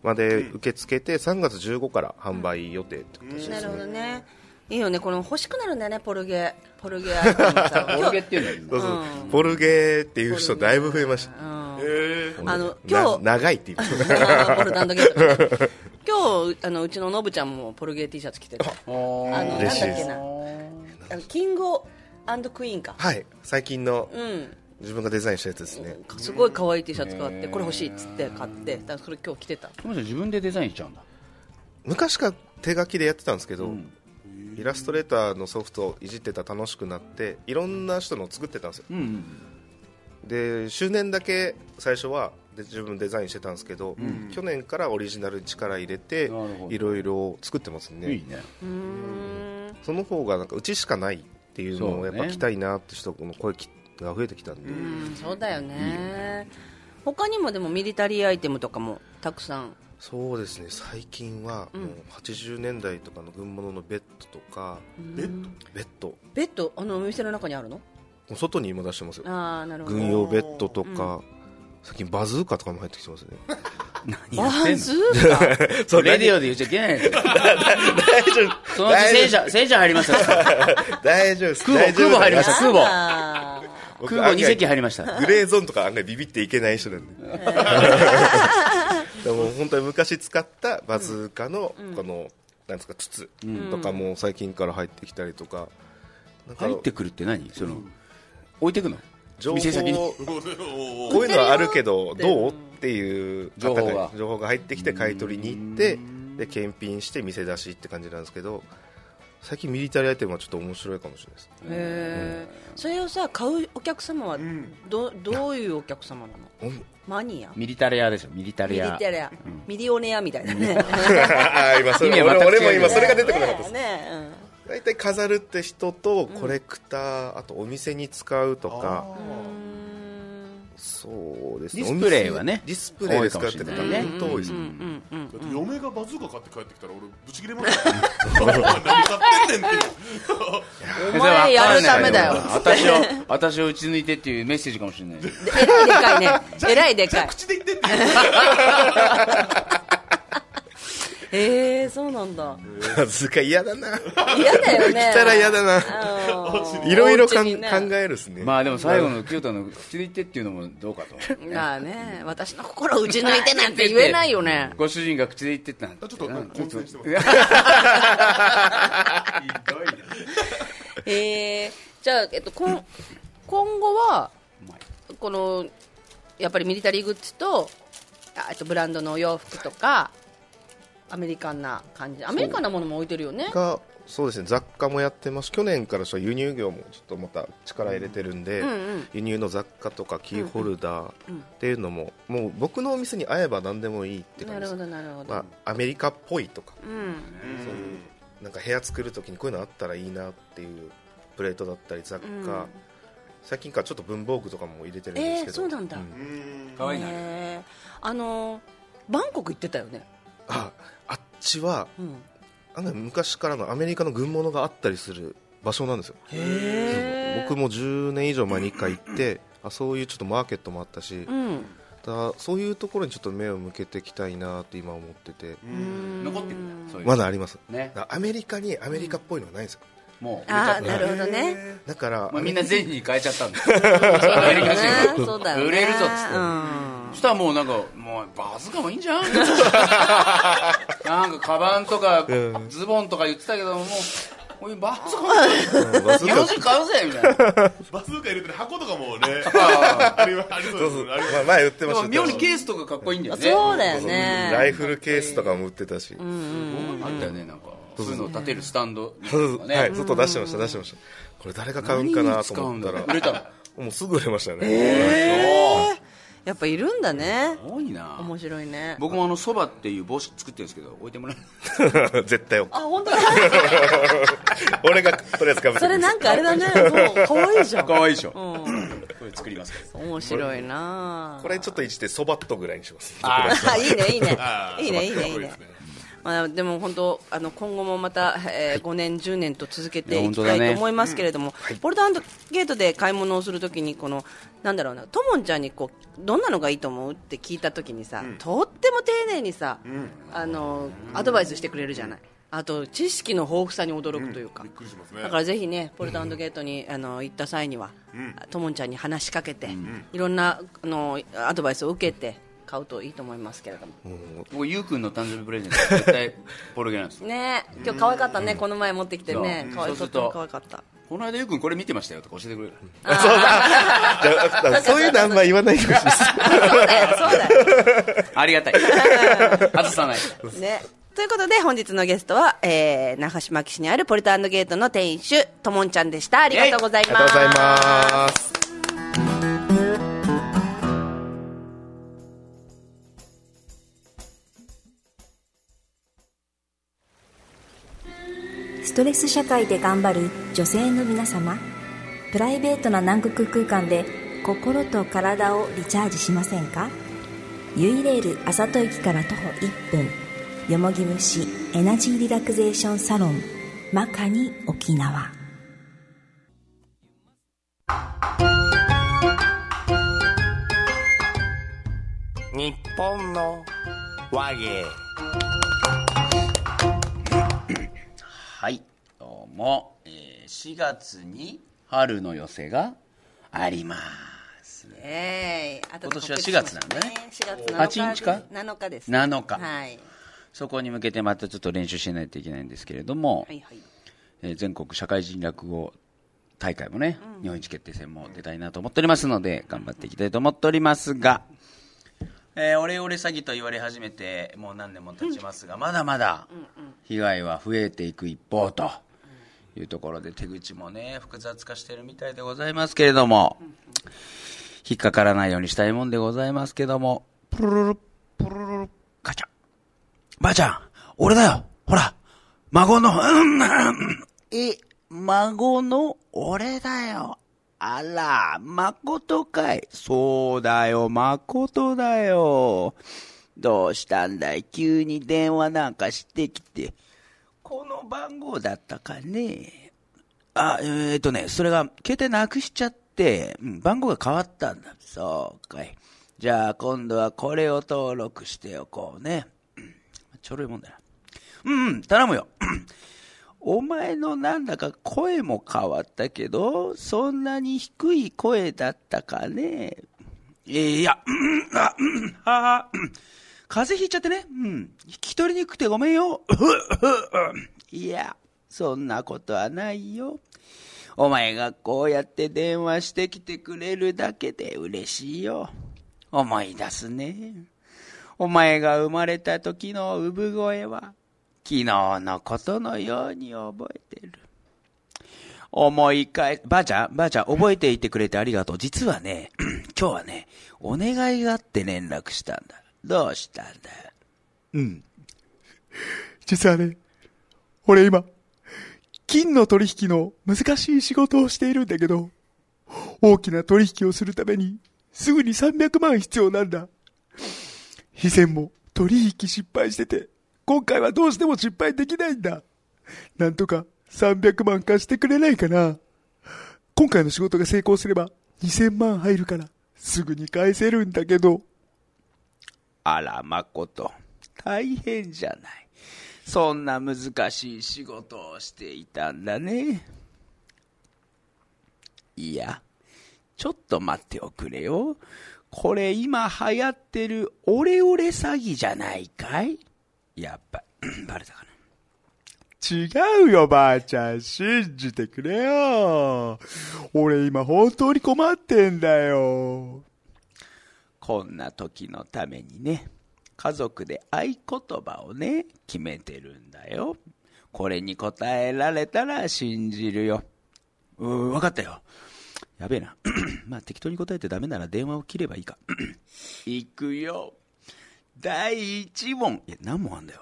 Speaker 4: まで受け付けて3月15から販売予定って形ですね、
Speaker 3: なるほどねいいよねこの欲しくなるんだよねポルゲポルゲアイテムさ
Speaker 5: ボルゲっていうの
Speaker 4: そうそうポルゲーっていう人だいぶ増えました
Speaker 3: うん
Speaker 4: な
Speaker 3: あの今 日
Speaker 4: 長いって言ってた
Speaker 3: ボルダンドゲートとかね今日あのうちのノブちゃんもポルゲー T シャツ着てた
Speaker 5: は
Speaker 3: あのなんだっ
Speaker 4: 嬉しいです
Speaker 3: けなあのキングアンドクイーンか
Speaker 4: はい最近の
Speaker 3: うん
Speaker 4: 自分がデザインしたやつですね、
Speaker 3: すごい可愛い T シャツがあってこれ欲しいっつって買ってだからそれ今日着てた
Speaker 5: トムちゃん自分でデザインしちゃうんだ
Speaker 4: 昔から手書きでやってたんですけど、イラストレーターのソフトをいじってたら楽しくなっていろんな人のを作ってたんですよ、で周年だけ最初はで自分デザインしてたんですけど、去年からオリジナルに力入れて
Speaker 5: なるほど
Speaker 4: いろいろ作ってますね
Speaker 5: いいね
Speaker 4: その方がなんかうちしかないっていうの
Speaker 5: そう
Speaker 4: を
Speaker 5: ね
Speaker 4: やっぱ来たいなって人の声きが増えてきたんで、
Speaker 3: うんそうだよね他にもでもミリタリーアイテムとかもたくさん
Speaker 4: そうですね最近はもう80年代とかの軍物のベッドとか、ベッドベッドも
Speaker 3: ベッドあのお店の中にあるの
Speaker 4: う外に今出してますよ
Speaker 3: ああなるほど
Speaker 4: 軍用ベッドとか、最近バズーカとかも入ってきてますね
Speaker 3: バズーカ
Speaker 5: そうレディオで言っちゃいけないですよ
Speaker 4: 大丈 夫
Speaker 5: そのうち聖者聖者入りました
Speaker 4: 大丈夫です
Speaker 5: 空母
Speaker 4: 大丈夫
Speaker 5: 空母入りました空母
Speaker 3: あ
Speaker 4: 僕
Speaker 5: 空母2
Speaker 4: 案外
Speaker 5: 隻入りました
Speaker 4: グレーゾーンとか案外ビビっていけない人なんで でも本当に昔使ったバズーカのこの、なんですか筒とかも最近から入ってきたりとかなんか
Speaker 5: 入ってくるって何その置いてくの
Speaker 4: 情報
Speaker 5: 店先に
Speaker 4: をこういうのはあるけどどうっていう
Speaker 5: 情報が
Speaker 4: 情報が入ってきて買い取りに行ってで検品して店出しって感じなんですけど最近ミリタリーアイテムはちょっと面白いかもしれないです
Speaker 3: ーへえそれをさ買うお客様はどどういうお客様なの マニア
Speaker 5: ミリタリアでしょミリタ
Speaker 3: ミ
Speaker 5: リ
Speaker 3: リ
Speaker 5: ア
Speaker 3: タリアミリオネアみたいなね
Speaker 4: ああ今それ
Speaker 5: 意味は
Speaker 4: 俺
Speaker 5: 全
Speaker 4: 俺
Speaker 5: く違う
Speaker 4: も 今それが出てこなかったです
Speaker 3: ねえうん
Speaker 4: 大体飾るって人とコレクターあとお店に使うとかそうです
Speaker 5: ディスプレイはね
Speaker 4: お店ディスプレイで使って
Speaker 5: 多い
Speaker 4: る方
Speaker 5: かもしれないね
Speaker 4: 本当多いです
Speaker 2: だって嫁がバズーカ買って帰ってきたら俺ブチ切れますよお前何買ってんねんって
Speaker 3: お前やるためだよ
Speaker 5: 私を私を打ち抜いてっていうメッセージかもしれない
Speaker 3: えらいでかいねえらいでかい
Speaker 2: 口で言って って
Speaker 3: ええそうなんだ
Speaker 4: バズーカ嫌だな
Speaker 3: 嫌だよね
Speaker 4: 来たら嫌だな
Speaker 3: な
Speaker 4: いろいろかん考
Speaker 3: え
Speaker 4: えるですね
Speaker 5: まあでも最後の清田の口抜いてっていうのもどうかと
Speaker 3: まあね私の心を打ち抜いてなんて言えないよね
Speaker 5: ご主人が口で言ってってなんて
Speaker 2: ちょっとなんか混戦してます
Speaker 3: えー、じゃあ、えっと、今今後はこのやっぱりミリタリーグッズとあえっとブランドのお洋服とかアメリカンな感じアメリカンなものも置いてるよね
Speaker 4: がそうですね雑貨もやってます去年からしたら輸入業もちょっとまた力入れてるんで、輸入の雑貨とかキーホルダーっていうのも、もう僕のお店に合えば何でもいいって
Speaker 3: な
Speaker 4: 感じ
Speaker 3: る
Speaker 4: で
Speaker 3: ほ
Speaker 4: す
Speaker 3: どなるほど、
Speaker 4: まあ、アメリカっぽいとか、
Speaker 3: うん
Speaker 4: そういうなんか部屋作るときにこういうのあったらいいなっていうプレートだったり雑貨、
Speaker 3: うん
Speaker 4: 最近からちょっと文房具とかも入れてるんで
Speaker 3: え
Speaker 4: す
Speaker 3: ー、
Speaker 4: け
Speaker 3: そ
Speaker 4: ど、
Speaker 3: うなんだ、
Speaker 5: かわいいな
Speaker 3: えーあのバンコク行ってたよね、
Speaker 4: ああっちは
Speaker 3: うん、
Speaker 4: あの昔からのアメリカの軍物があったりする場所なんですよ
Speaker 3: へ
Speaker 4: 僕も10年以上前に1回行ってあそういうちょっとマーケットもあったし
Speaker 3: う、ん
Speaker 4: だそういうところにちょっと目を向けていきたいなって今思ってて、
Speaker 5: 残ってるんだそういう
Speaker 4: まだあります、
Speaker 5: ね
Speaker 4: だアメリカにアメリカっぽいのはないんですよ、
Speaker 5: もう
Speaker 3: ああなるほどね
Speaker 4: だから、
Speaker 5: まあ、みんな全員に変えちゃったんだ
Speaker 3: そう
Speaker 5: ア
Speaker 3: だ
Speaker 5: メリ
Speaker 3: よ
Speaker 5: カ
Speaker 3: ね
Speaker 5: 人
Speaker 3: そうだよね
Speaker 5: 売れるぞっつって、
Speaker 3: うん
Speaker 5: そしたらもうなんかもうバズかもいいんじゃんなんかカバンとか
Speaker 4: ん
Speaker 5: ズボンとか言ってたけどもこういうバズかも
Speaker 4: うんバズー
Speaker 5: 日
Speaker 4: カ
Speaker 5: 本人買うぜみたいな
Speaker 2: バズーカ入れてる箱とかもね
Speaker 5: あ
Speaker 2: ありますありそうですあります
Speaker 4: まあ前売ってま
Speaker 5: で
Speaker 4: した
Speaker 5: も
Speaker 4: よ
Speaker 5: 妙にケースとかかっこいいんだよね
Speaker 3: そうだよ
Speaker 4: ラ
Speaker 3: ね
Speaker 4: イフルケースとかも売ってたし、
Speaker 5: あったよねなんかそういうのを立てるスタンドみた
Speaker 4: そ
Speaker 5: いうな
Speaker 4: そうそ
Speaker 5: の
Speaker 4: う
Speaker 5: がね、
Speaker 4: はい、外出してました出してましたこれ誰が買うんかなと思った
Speaker 5: 何
Speaker 4: ら
Speaker 5: に使うんだ売れたの
Speaker 4: もうすぐ売れましたね、
Speaker 3: やっぱいるんだね
Speaker 5: 多いな
Speaker 3: 面白いね
Speaker 5: 僕もあのそばっていう帽子作ってるんですけど置いてもらえる
Speaker 4: 絶対
Speaker 3: あ本当だ
Speaker 4: 俺がとりあえずかぶ
Speaker 3: そ
Speaker 4: せ
Speaker 3: れ
Speaker 4: てる
Speaker 3: なんかあれ だねそう可愛いじゃん
Speaker 5: かわいいでしょ、
Speaker 3: うん
Speaker 5: これ作りますから
Speaker 3: 面白いな
Speaker 4: これちょっといじってそばっとぐらいにします
Speaker 3: あいいねいいねいいねいいねいいねまあ、でも本当あの今後もまた、えー5年、10年と続けていき
Speaker 5: いや
Speaker 3: た
Speaker 5: 本当だ
Speaker 3: い
Speaker 5: ね
Speaker 3: と思いますけれども、ボルトゲートで買い物をするときにこのなんだろうなともんちゃんにこうどんなのがいいと思うって聞いたときにさ、とっても丁寧にさ、あのアドバイスしてくれるじゃない。あと知識の豊富さに驚くというか、
Speaker 2: びっくりしますね
Speaker 3: だからぜひね、ポルトゲートに、あの行った際には、ともんちゃんに話しかけて、いろんなあのアドバイスを受けて買うといいと思いますけれども、
Speaker 5: 僕ゆうくんの誕生日プレゼント絶対ボルゲな んですよ
Speaker 3: ねえ今日可愛かったね、この前持ってきてね、
Speaker 5: そう
Speaker 3: 可愛
Speaker 5: そう
Speaker 3: とっ
Speaker 5: する
Speaker 3: て
Speaker 5: と
Speaker 3: も可愛かった。
Speaker 5: この間ゆうくんこれ見てましたよとか教えてくれるから
Speaker 4: だからそういうのあんま言わないでほしいです
Speaker 3: そうだよ、 そうだよ。
Speaker 5: ありがたい外さない
Speaker 3: ね。ということで、本日のゲストは、えー、那覇市牧市にあるポルトゲートの店主、ともんちゃんでした。ありがとうござい
Speaker 4: ありがと
Speaker 3: ま
Speaker 4: う
Speaker 3: す。
Speaker 4: ございます
Speaker 9: ストレス社会で頑張る女性の皆様プライベートな南国空間で心と体をリチャージしませんかユイレールあさと駅から徒歩1分よもぎ虫エナジーリラクゼーションサロンマカニ沖縄
Speaker 10: 日本の和芸
Speaker 5: はいどうも、えー4月に春の寄せがあります
Speaker 3: えー、あとで
Speaker 5: 今年は4月なんだね
Speaker 3: 告知しますね4月
Speaker 5: 8日か
Speaker 3: 7日です。
Speaker 5: 7日
Speaker 3: はい。
Speaker 5: そこに向けてまたちょっと練習しないといけないんですけれども、
Speaker 3: はいはい。
Speaker 5: えー全国社会人落語大会もね、日本一決定戦も出たいなと思っておりますので、頑張っていきたいと思っておりますが、えーオレオレ詐欺と言われ始めて、もう何年も経ちますが、まだまだ被害は増えていく一方というところで、手口もね、複雑化してるみたいでございますけれども、引っかからないようにしたいもんでございますけども、プルルル、プルルル、ガチャ。ばあちゃん、俺だよほら孫の、うんうんえ、孫の俺だよ。あら、誠かい。そうだよ、誠だよ。どうしたんだい急に電話なんかしてきて。この番号だったかねあ、えー、っとね、それが、携帯なくしちゃって、うん、番号が変わったんだ。そうかい。じゃあ、今度はこれを登録しておこうね。ちょろいもんだな。うんうん、頼むよ。 うんお前のなんだか声も変わったけど、そんなに低い声だったかね。えーいや、うん、あ、うん、あ、うん。風邪ひいちゃってね。うん。聞き取りにくくてごめんよ。 うふうふうんいや、そんなことはないよ。お前がこうやって電話してきてくれるだけで嬉しいよ。思い出すね。お前が生まれた時の産声は、昨日のことのように覚えてる。思い返す、ばあちゃん、ばあちゃん、覚えていてくれてありがとう。実はね、 今日はね、お願いがあって連絡したんだ。どうしたんだ
Speaker 11: 実はね、俺今、金の取引の難しい仕事をしているんだけど、大きな取引をするために、すぐに300万必要なんだ。以前も取引失敗してて、今回はどうしても失敗できないんだ。なんとか300万貸してくれないかな。今回の仕事が成功すれば2000万入るから、すぐに返せるんだけど、
Speaker 5: あら、まこと、大変じゃない。そんな難しい仕事をしていたんだね。いや、ちょっと待っておくれよ。これ今流行ってるオレオレ詐欺じゃないかいやっぱ、バレたかな。
Speaker 11: 違うよ、ばあちゃん。信じてくれよ。俺今本当に困ってんだよ。
Speaker 5: こんな時のためにね、家族で合言葉をね、決めてるんだよ。これに答えられたら信じるよ。うーん、わかったよ。やべえな。 まあ適当に答えてダメなら電話を切ればいいか。 行くよ。第一問。いや、何問あんだよ。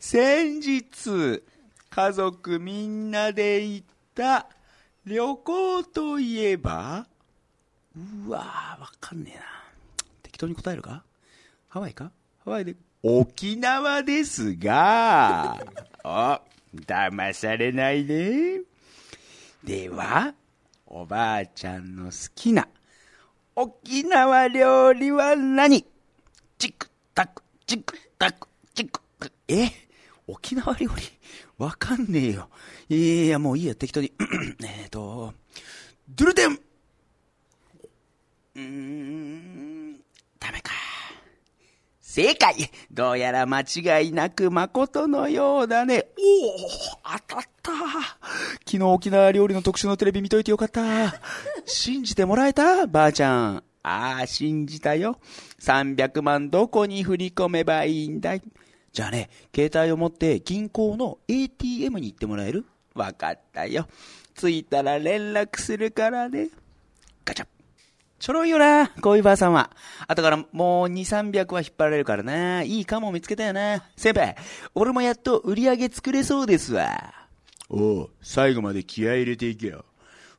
Speaker 5: 先日、家族みんなで行った旅行といえばうわぁ、わかんねえな。適当に答えるかハワイかハワイで、沖縄ですが、 お、騙されないで。では、おばあちゃんの好きな沖縄料理は何チクタク、チクタク、チクタク。え沖縄料理わかんねえよ。いやいや、もういいや、適当に。 えっと、ドゥルデンうーん、ダメか。正解どうやら間違いなく誠のようだね。おお当たった昨日沖縄料理の特集のテレビ見といてよかった。信じてもらえたばあちゃん。ああ、信じたよ。300万どこに振り込めばいいんだいじゃあね、携帯を持って銀行の ATM に行ってもらえるわかったよ。着いたら連絡するからね。ガチャちょろいよな、恋バーさんは。あとからもう2、300は引っ張られるからな。いいカモ見つけたよな。先輩、俺もやっと売り上げ作れそうですわ。おう、最後まで気合い入れていけよ。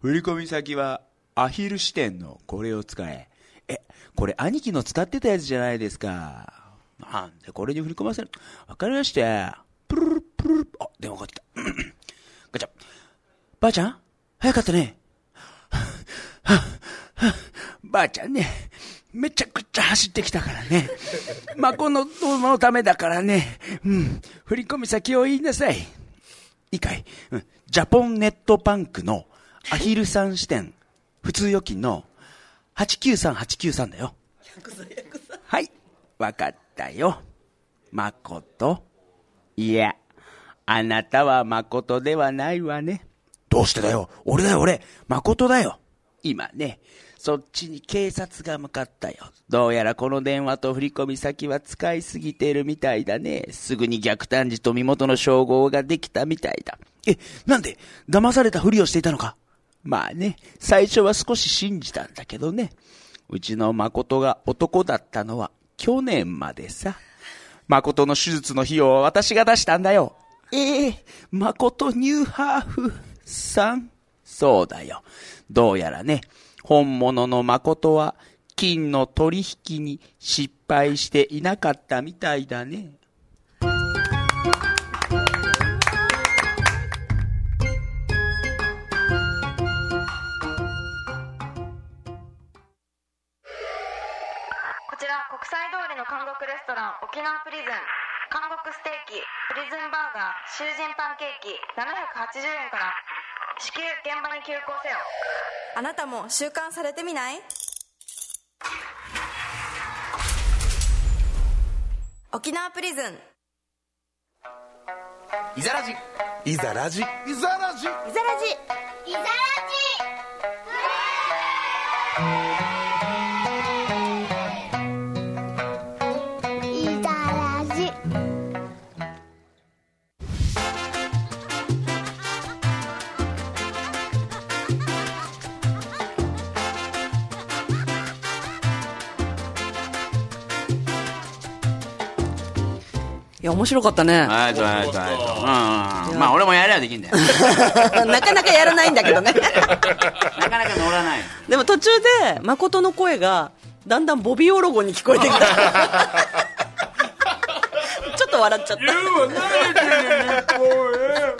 Speaker 5: 振込先はアヒル支店のこれを使え。え、これ兄貴の使ってたやつじゃないですか。なんでこれに振り込ませるわかりました。プルルプルル。あ、電話かかってきた。 ガチャ。ばあちゃん早かったね。ばあちゃんね、めちゃくちゃ走ってきたからね。 まこの友のためだからね。うん。振り込み先を言いなさい。いいかい、うん、ジャポンネットバンクのアヒルさん支店、普通預金の893893だよ。はい。わかったよ。まこと。いや、あなたはまことではないわね。どうしてだよ俺だよ俺誠だよ今ね、そっちに警察が向かったよ。どうやらこの電話と振込先は使いすぎてるみたいだね。すぐに逆探知と身元の照合ができたみたいだ。え、なんで騙されたふりをしていたのかまあね、最初は少し信じたんだけどね。うちの誠が男だったのは去年までさ。誠の手術の費用は私が出したんだよ。ええ誠ニューハーフさん。そうだよ。どうやらね、本物の誠は金の取引に失敗していなかったみたいだね。
Speaker 12: こちら国際通りの韓国レストラン沖縄プリズン韓国ステーキプリズンバーガー囚人パンケーキ780円から至急現場に急行せよ
Speaker 13: あなたも習慣されてみない沖縄プリズン
Speaker 10: イザラジイザラジ
Speaker 8: イザラジ
Speaker 13: イザラジイザラ
Speaker 14: ジいたらじ
Speaker 3: いや、面白かったね。
Speaker 5: はい、はい、はい。うんうんうん。まあ、俺もやりゃできんだよ。
Speaker 3: なかなかやらないんだけどね。
Speaker 5: なかなか乗らない。
Speaker 3: でも途中で、誠の声が、だんだんボビーオロゴに聞こえ てきた。ちょっと笑っちゃった。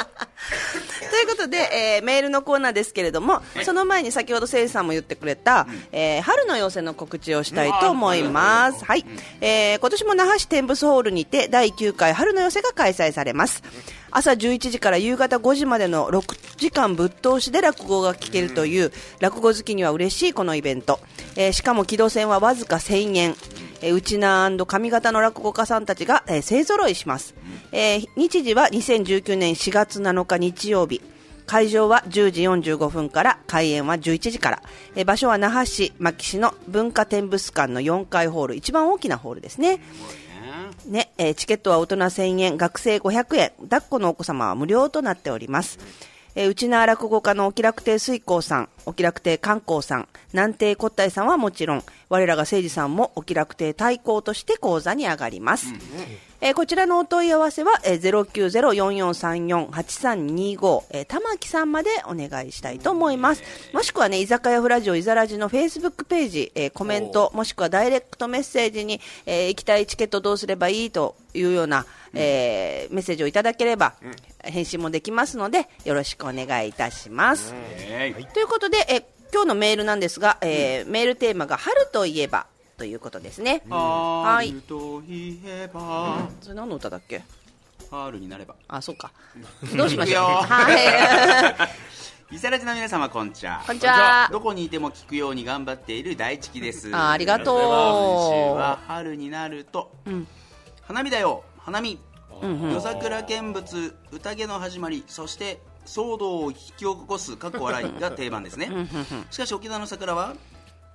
Speaker 3: ということで、えーメールのコーナーですけれども、その前に先ほどせいさんも言ってくれた、えー春の寄せの告知をしたいと思います、はいえー今年も那覇市天仏ホールにて第9回春の寄せが開催されます朝11時から夕方5時までの6時間ぶっ通しで落語が聞けるという落語好きには嬉しいこのイベント、えーしかも機動戦はわずか1000円、えー、ウチナー上方の落語家さんたちが、えー勢ぞろいします、えー日時は2019年4月7日日曜日会場は10時45分から開演は11時から、えー場所は那覇市牧市の文化展物館の4階ホール一番大きなホールですねねえーチケットは大人1000円学生500円抱っこのお子様は無料となっております、えー、うちなあらこ語家のお気楽亭水光さん、お気楽亭観光さん、南亭骨体さんはもちろん、我らが誠治さんもお気楽亭対抗として講座に上がります。えーこちらのお問い合わせは、えー、090-4434-8325、えー、玉木さんまでお願いしたいと思います。もしくはね、居酒屋フラジオ、いざらじのフェイスブックページ、えーコメント、もしくはダイレクトメッセージに、えー行きたいチケットどうすればいいというような、えーメッセージをいただければ、返信もできますので、よろしくお願いいたします。ということで、えー今日のメールなんですが、えーメールテーマが春といえばということですね。はい。
Speaker 5: 春といえば
Speaker 3: それ何の歌だっけ
Speaker 5: 春になれば
Speaker 3: あそうかどうしましょう
Speaker 5: 行くよ
Speaker 3: は
Speaker 5: イサラジの皆様こんにちは
Speaker 3: こんにちは
Speaker 5: どこにいても聞くように頑張っている大地きです
Speaker 3: あありがとう
Speaker 5: 今週は春になると、
Speaker 3: うん
Speaker 5: 花見だよ花見
Speaker 3: うんうん
Speaker 5: 夜桜見物宴の始まりそして騒動を引き起こすかっこ笑 いが定番ですね
Speaker 3: うんうんうん
Speaker 5: しかし沖縄の桜は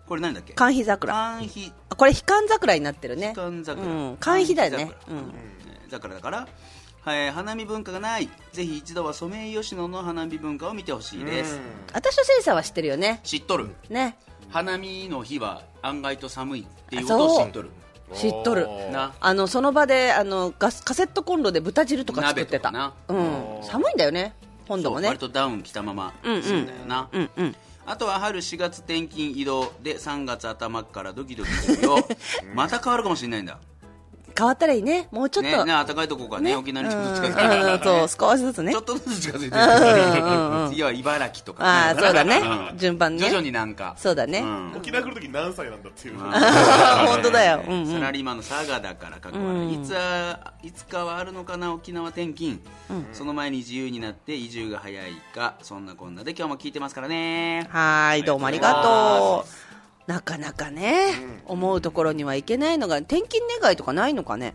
Speaker 5: これ何だっ け
Speaker 3: 寒肥桜
Speaker 5: 寒肥
Speaker 3: あこれ悲観桜になってるね
Speaker 5: 寒肥桜
Speaker 3: うん、寒肥だよね
Speaker 5: 寒桜だから、はい、花見文化がないぜひ一度はソメイヨシノの花見文化を見てほしいです
Speaker 3: 私とせいさんは知ってるよね
Speaker 5: 知っとる
Speaker 3: ね
Speaker 5: 花見の日は案外と寒いっていうことを知っとる
Speaker 3: 知っとる
Speaker 5: な
Speaker 3: あのその場であのガスカセットコンロで豚汁とか作ってたうん、寒いんだよね本土も
Speaker 5: そう
Speaker 3: ね
Speaker 5: 割とダウン着たまま
Speaker 3: うんうん
Speaker 5: 住んだよな、
Speaker 3: うんうん
Speaker 5: あとは春4月転勤移動で3月頭からドキドキす るよまた変わるかもしれないんだ
Speaker 3: 変わったらいいねもうちょっと、
Speaker 5: ねね暖かいとこからね沖縄にちょっと近づいてるから
Speaker 3: うん
Speaker 5: ね
Speaker 3: そう少しずつね
Speaker 5: ちょっとずつ近づいてる
Speaker 3: うんうんうん
Speaker 5: 次は茨城とか
Speaker 3: ああそうだね
Speaker 5: うん
Speaker 3: 順番ね
Speaker 5: 徐々になんか
Speaker 3: そうだね
Speaker 5: ん
Speaker 2: 沖縄来るとき何歳なんだっていう。
Speaker 3: 本当だ ようんうん
Speaker 5: サラリーマンの佐賀だから過去は、
Speaker 3: うん
Speaker 5: いつはいつかはあるのかな沖縄転勤、
Speaker 3: うん
Speaker 5: その前に自由になって移住が早いかそんなこんなで今日も聞いてますからね
Speaker 3: はーい、どうもありがとう。なかなかね、思うところにはいけないのが、転勤願いとかないのかね。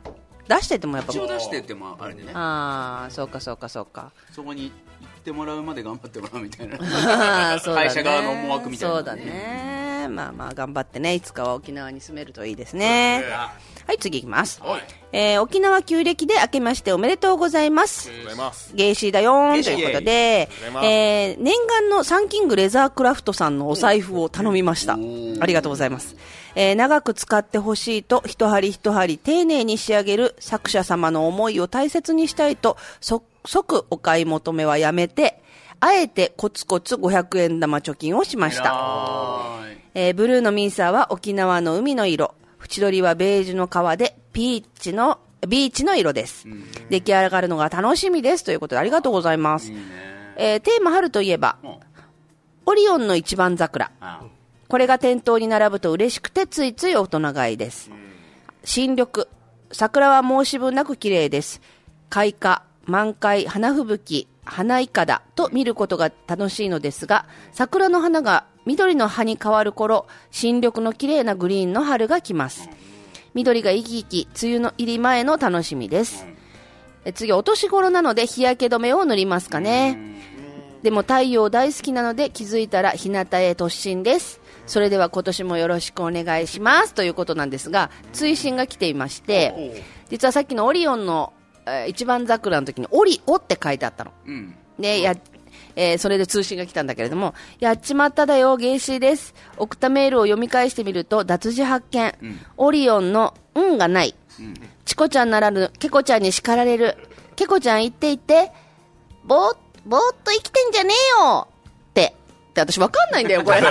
Speaker 3: 出しててもやっぱ。
Speaker 5: 一応出してってもあれでね
Speaker 3: ああ、そうかそうかそうか。
Speaker 5: そこに行ってもらうまで頑張ってもらうみたいな
Speaker 3: そうだね
Speaker 5: 会社側の思惑みたいな
Speaker 3: そうだね。まあまあ頑張ってね、いつかは沖縄に住めるといいですね。はい、次いきます。えー沖縄旧暦で明けましておめでとうございます。
Speaker 2: ございます。
Speaker 3: ゲイシーだよーんと
Speaker 2: ゲイシー
Speaker 3: いうことで
Speaker 2: イエイありがとうございま、す
Speaker 3: えー念願のサンキングレザークラフトさんのお財布を頼みました。ありがとうございます。えー長く使ってほしいと、一針一針丁寧に仕上げる作者様の思いを大切にしたいと、そ即お買い求めはやめて、あえてコツコツ500円玉貯金をしました。えーブルーのミンサーは沖縄の海の色、縁取りはベージュの皮で、ピーチの、ビーチの色です。出来上がるのが楽しみです。ということでありがとうございます。えーテーマ春といえば、オリオンの一番桜。これが店頭に並ぶと嬉しくてついつい大人買いです。新緑。桜は申し分なく綺麗です。開花、満開、花吹雪、花いかだと見ることが楽しいのですが、桜の花が緑の葉に変わる頃、新緑の綺麗なグリーンの春が来ます。緑が生き生き、梅雨の入り前の楽しみです。え次、お年頃なので日焼け止めを塗りますかね。でも太陽大好きなので気づいたら日向へ突進です。それでは今年もよろしくお願いしますということなんですが、追伸が来ていまして、実はさっきのオリオンの、えー一番桜の時にオリオって書いてあったの。
Speaker 5: うん
Speaker 3: ね、や、えーそれで通信が来たんだけれども、やっちまっただよ、ゲイシーです。送ったメールを読み返してみると、脱字発見。オリオンの運がない。チコちゃんならぬ、ケコちゃんに叱られる。ケコちゃん言って言って、ぼーっ、ぼーっと生きてんじゃねえよって。って私わかんないんだよ、 これ。さ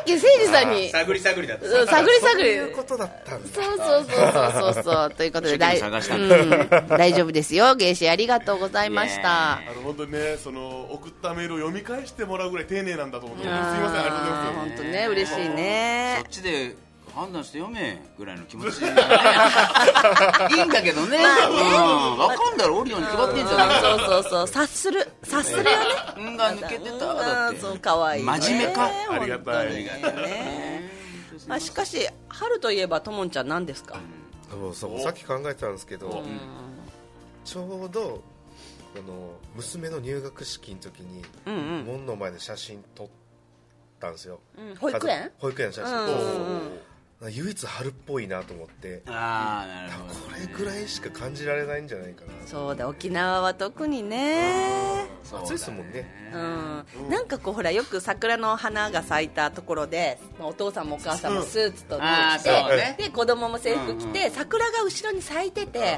Speaker 3: っき、誠治さんに。
Speaker 5: 探り探りだった
Speaker 3: うん探り探り。
Speaker 5: そういう
Speaker 3: ことだったんだ。そうそうそうそうそうそう。ということで、
Speaker 2: 一生懸
Speaker 3: 大
Speaker 2: 命探した
Speaker 3: うんん
Speaker 2: だ
Speaker 3: 大丈夫ですよ、ゲイシーありがとうございました。
Speaker 2: あの本当にね、その送ったメールを読み返してもらうぐらい丁寧なんだと思って、す
Speaker 3: い
Speaker 2: み
Speaker 3: やー
Speaker 2: ません、ありがとうございます。
Speaker 3: 本当ね嬉しいね
Speaker 5: そっちで判断して読めぐらいの気持 ちでねいいんだけどねうんわかんだろオリオンに決まってんじゃない
Speaker 3: そうそうそう察する察するよね
Speaker 5: 運が抜けてただって
Speaker 3: そう可愛いね
Speaker 5: 真面目か
Speaker 3: 本当に
Speaker 5: ありがたい
Speaker 3: ねまあしかし春といえばともんちゃん何ですか
Speaker 4: そうそうさっき考えてたんですけど、
Speaker 3: うん
Speaker 4: ちょうどあの娘の入学式の時に、
Speaker 3: うんうん
Speaker 4: 門の前で写真撮ったんですよ、
Speaker 3: うん保育園
Speaker 4: 家族保育園の写真、
Speaker 3: うんうんうん
Speaker 4: そう唯一春っぽいなと思って
Speaker 5: ああなるほど、
Speaker 4: これぐらいしか感じられないんじゃないかな
Speaker 3: そうだ沖縄は特にね
Speaker 4: 暑いですもんね
Speaker 3: うん、なんかこうほらよく桜の花が咲いたところで、まあ、お父さんもお母さんもスーツと脱いで,、
Speaker 5: うんあーそうね
Speaker 3: で子供も制服着て、
Speaker 5: うんう
Speaker 3: 桜が後ろに咲いてて、
Speaker 5: え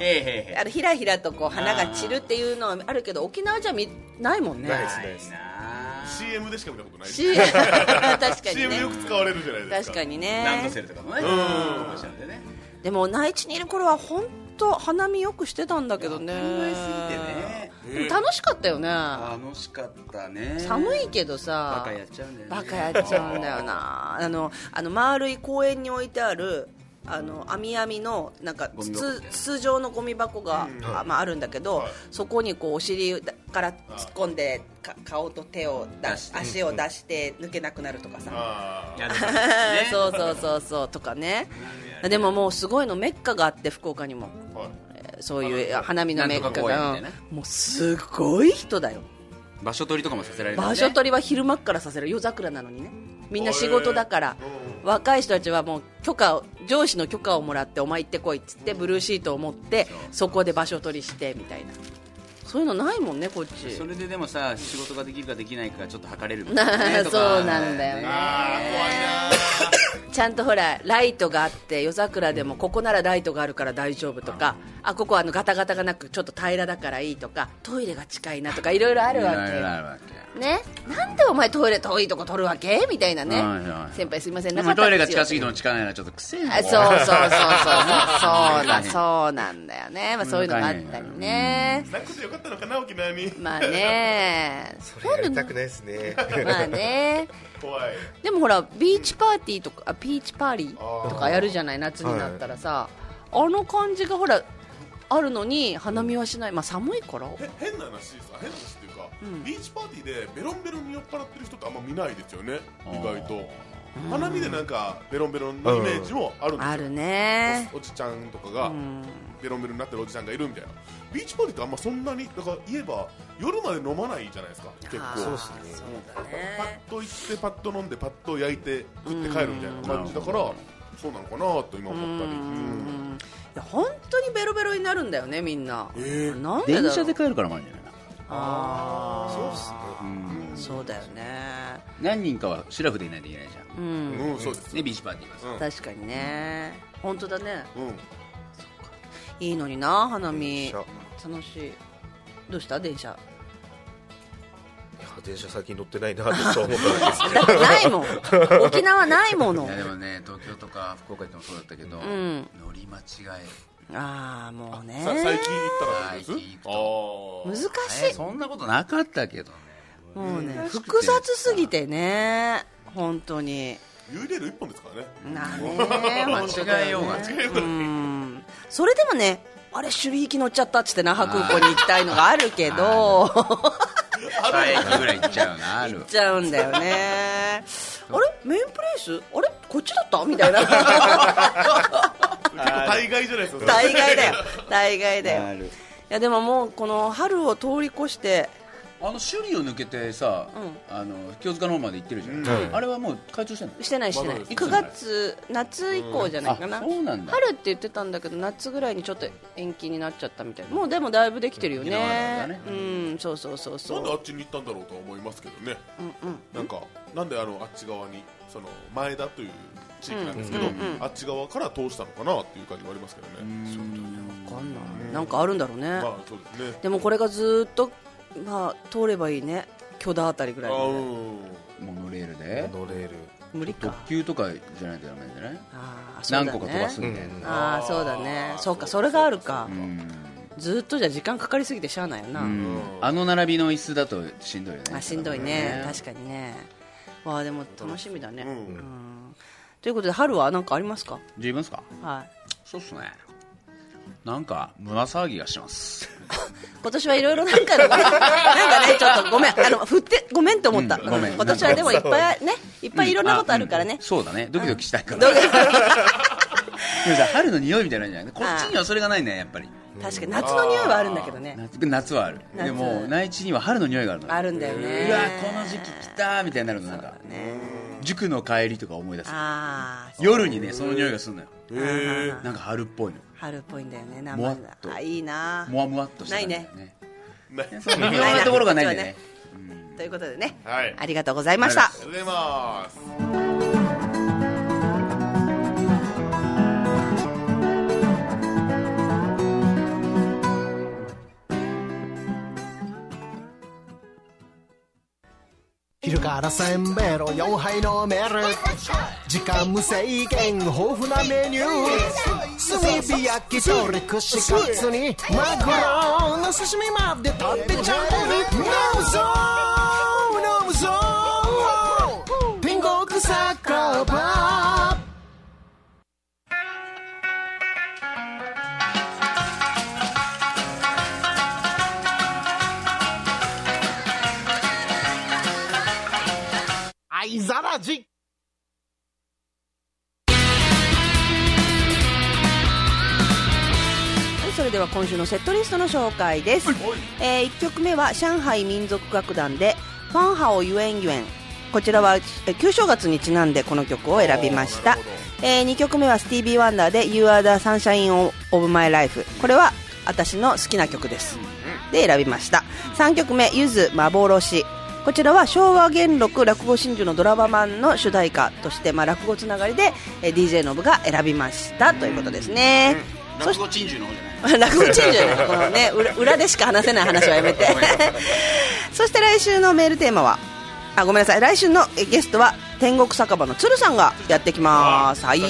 Speaker 5: え
Speaker 3: あのひらひらとこう花が散るっていうのはあるけど沖縄じゃ見ないもんね
Speaker 2: CM でしか見たことない
Speaker 3: CM 確かにね
Speaker 2: CM でよく使われるじゃないです
Speaker 3: 確
Speaker 2: か
Speaker 3: かにねランドセルとかもね
Speaker 2: うん
Speaker 3: 面白いでも内地にいる頃は本当花見よくしてたんだけどね
Speaker 5: てね
Speaker 3: でも楽しかったよね
Speaker 5: 楽しかったね
Speaker 3: 寒いけどさ
Speaker 5: バカやっちゃうんだよね
Speaker 3: バカやっちゃうんだよなあのあの丸い公園に置いてあるあの網網のなんか
Speaker 5: ゴミ箱み
Speaker 3: 筒筒状のゴミ箱が、あまあ、あるんだけど、そこにこうお尻から突っ込んでか顔と手を出し足を出して抜けなくなるとかさ、
Speaker 5: や
Speaker 3: そうそうそうそうとかねでももうすごいのメッカがあって福岡にも、えーそういう花見のメッカが、
Speaker 5: なんとか公園みたいなね
Speaker 3: もうすごい人だよ
Speaker 5: 場所取りとかもさせられるんだよ
Speaker 3: 場
Speaker 5: ね
Speaker 3: 所取りは昼間っからさせる夜桜なのにねみんな仕事だから若い人たちはもう許可を上司の許可をもらってお前行ってこいっつってブルーシートを持ってそこで場所取りしてみたいなそういうのないもんねこっち
Speaker 5: それででもさ仕事ができるかできないかちょっと測れる
Speaker 3: そうなんだよね ちゃんとほらライトがあって夜桜でもここならライトがあるから大丈夫とかあここはあのガタガタがなくちょっと平らだからいいとかトイレが近いなとかいろいろあるわけよね、なんでお前トイレ遠いとこ取るわけみたいなね、
Speaker 5: はいはい
Speaker 3: 先輩すいません
Speaker 5: で
Speaker 3: なか
Speaker 5: も
Speaker 3: った
Speaker 5: トイレ
Speaker 3: で
Speaker 5: が
Speaker 3: す
Speaker 5: 近
Speaker 3: よ
Speaker 5: すぎても近いのはちょっとくせえ
Speaker 3: あそうそうそうそうそうそうだそうなんだよね、まあ、そういうのがあったりね
Speaker 2: なくてよかったのかな沖縄に
Speaker 3: まあね
Speaker 4: それやりたくないですね
Speaker 3: まあね
Speaker 2: 怖い
Speaker 3: でもほらビーチパーティーとかあビーチパーリーとかやるじゃない夏になったらさ、あの感じがほらあるのに花見はしない、まあ寒いから
Speaker 2: へ変な話さ変な話っていうか、ビーチパーティーでベロンベロンに酔っ払ってる人ってあんま見ないですよね意外と花見でなんかベロンベロンのイメージもあるんですよ、
Speaker 3: あるね
Speaker 2: おじちゃんとかがベロンベロンになってるおじちゃんがいるみたいなビーチパーティーってあんまそんなにだから言えば夜まで飲まないじゃないですか結構
Speaker 4: そうっす
Speaker 2: ねパッと行ってパッと飲んでパッと焼いて食って帰るみたいな感じだから、そうなのかなと今思ったり、うん
Speaker 3: いや本当にベロベロになるんだよねみんな、なんでだろう
Speaker 5: 電車で帰るからもあるんじゃない
Speaker 3: あ
Speaker 5: そう
Speaker 3: っす
Speaker 5: ね
Speaker 3: そうだよね
Speaker 5: 何人かはシラフでいないといけないじゃん
Speaker 3: うん
Speaker 2: うんそうです
Speaker 5: ねビーチパーティーがさ
Speaker 3: 確かにね、本当だね、
Speaker 2: うん、
Speaker 3: いいのにな花見
Speaker 4: 電車
Speaker 3: 楽しいどうした電車
Speaker 4: 電車最近乗ってないなってちょっと思った
Speaker 3: だ
Speaker 4: だ
Speaker 3: っ
Speaker 4: け
Speaker 3: て
Speaker 4: です
Speaker 3: ないもん沖縄ないもの
Speaker 5: いやでもね東京とか福岡行ってもそうだったけど、
Speaker 3: ん
Speaker 5: 乗り間違え
Speaker 3: ああもうね
Speaker 5: さ最近行った
Speaker 2: ら
Speaker 5: 最近行く
Speaker 2: と
Speaker 3: 難しい
Speaker 5: えーそんなことなかったけどね
Speaker 3: もうね複雑すぎてね本当に
Speaker 2: 幽霊の一本ですからね
Speaker 3: な
Speaker 2: もう
Speaker 3: ね本当だよね
Speaker 2: 間違えようがない
Speaker 3: うんそれでもねあれ首里行き乗っちゃったっつって那覇空港に行きたいのがあるけど
Speaker 5: 二駅ぐらい行っちゃうなある
Speaker 3: 行っちゃうんだよ ねあれメインプレイスあれこっちだったみたいな
Speaker 2: 結構大概じゃないですか
Speaker 3: 大概だよ大概だ
Speaker 5: あ
Speaker 3: よ
Speaker 5: る
Speaker 3: いやでももうこの春を通り越して
Speaker 5: あの首里を抜けてさ、あの清塚の方まで行ってるじゃん、
Speaker 3: うん
Speaker 5: あれはもう開通してんの
Speaker 3: してないしてない
Speaker 5: まだ
Speaker 3: 9月夏以降じゃないかな
Speaker 5: うんあそうなんだ
Speaker 3: 春って言ってたんだけど夏ぐらいにちょっと延期になっちゃったみたいもうでもだいぶできてるよ
Speaker 2: 沖縄なんだ
Speaker 3: ね
Speaker 2: ね
Speaker 3: うんそうそうそうそ
Speaker 2: なんであ
Speaker 3: う
Speaker 2: っちに行ったんだろうとは思いますけどね、
Speaker 3: うんうん
Speaker 2: なんかなんであのあっち側にその前田という地域なんですけど、
Speaker 3: うんうんうん
Speaker 2: あっち側から通したのかなっていう感じはありますけどね、そうだね
Speaker 3: わかんないなんかあるんだろうね
Speaker 2: まあそうですね
Speaker 3: でもこれがずーっとまあ通ればいいね巨大あたりぐらいまで
Speaker 5: モノレールで
Speaker 4: モノレール
Speaker 3: 無理か
Speaker 5: 特急とかじゃないとダメじゃない
Speaker 3: あーそう
Speaker 5: 何
Speaker 3: だね
Speaker 5: 個か飛ばすみたいな、
Speaker 3: ああそうだねそうかそれがあるかずーっとじゃ時間かかりすぎてしゃあないよな
Speaker 5: うんあの並びの椅子だとしんどいよね
Speaker 3: あしんどいね確かにねわあでも楽しみだねうんということで春は何かありますか
Speaker 5: 自分ですか
Speaker 3: はい
Speaker 5: そうっすねなんか胸騒ぎがし ます
Speaker 3: 今年はいろいろなんかねなんかねちょっとごめんあの振ってごめんと思った、
Speaker 5: ごめん
Speaker 3: 今年はでもいっぱいねいっぱいいろんなことあるからね、
Speaker 5: そうだねドキドキしたいから、でもさ春の匂いみたいなのじゃないこっちにはそれがないねやっぱり
Speaker 3: 確かに夏の匂いはあるんだけどね
Speaker 5: 夏夏はある
Speaker 3: 夏
Speaker 5: でも内地には春の匂いがあるの
Speaker 3: あるんだよね
Speaker 5: うわこの時期来たみたいになるのなんか塾の帰りとか思い出す
Speaker 3: あー
Speaker 5: 夜にねその匂いがするのよ
Speaker 3: へー
Speaker 5: なんか春っぽいの
Speaker 3: 春っぽいんだよね生
Speaker 5: もわっ
Speaker 3: だ
Speaker 5: と
Speaker 3: あいいな
Speaker 5: もわもわっとした
Speaker 3: な
Speaker 5: 感
Speaker 3: い
Speaker 5: じだよ
Speaker 3: ね
Speaker 5: ねそ う微妙なところがないんだよね
Speaker 3: ということでね、
Speaker 5: はい
Speaker 3: ありがとうございました
Speaker 2: ありがとうございます
Speaker 6: 昼からせんべろ4杯飲める時間無制限豊富なメニュー炭火焼き鳥串カツにマグロの刺身まで食べちゃう飲むぞ飲むぞ天国サッカーパー
Speaker 8: あいざらじ
Speaker 3: はい、それでは今週のセットリストの紹介です、え1曲目は上海民族楽団で「ファンハオユエンユエン」こちらはえー旧正月にちなんでこの曲を選びました、え2曲目はスティービー・ワンダーで「You are the sunshine of my life」これは私の好きな曲ですで選びました3曲目「ゆず幻」こちらは昭和元禄落語真珠のドラマ版の主題歌として、まあ、落語つながりでえー DJ のぶが選びましたということですね、
Speaker 5: 落語珍獣の方じゃない
Speaker 3: 落語チェンジャーねこのね裏裏でしか話せない話はやめてそして来週のメールテーマはあごめんなさい来週のえゲストは天国酒場の鶴さんがやってきますはいうん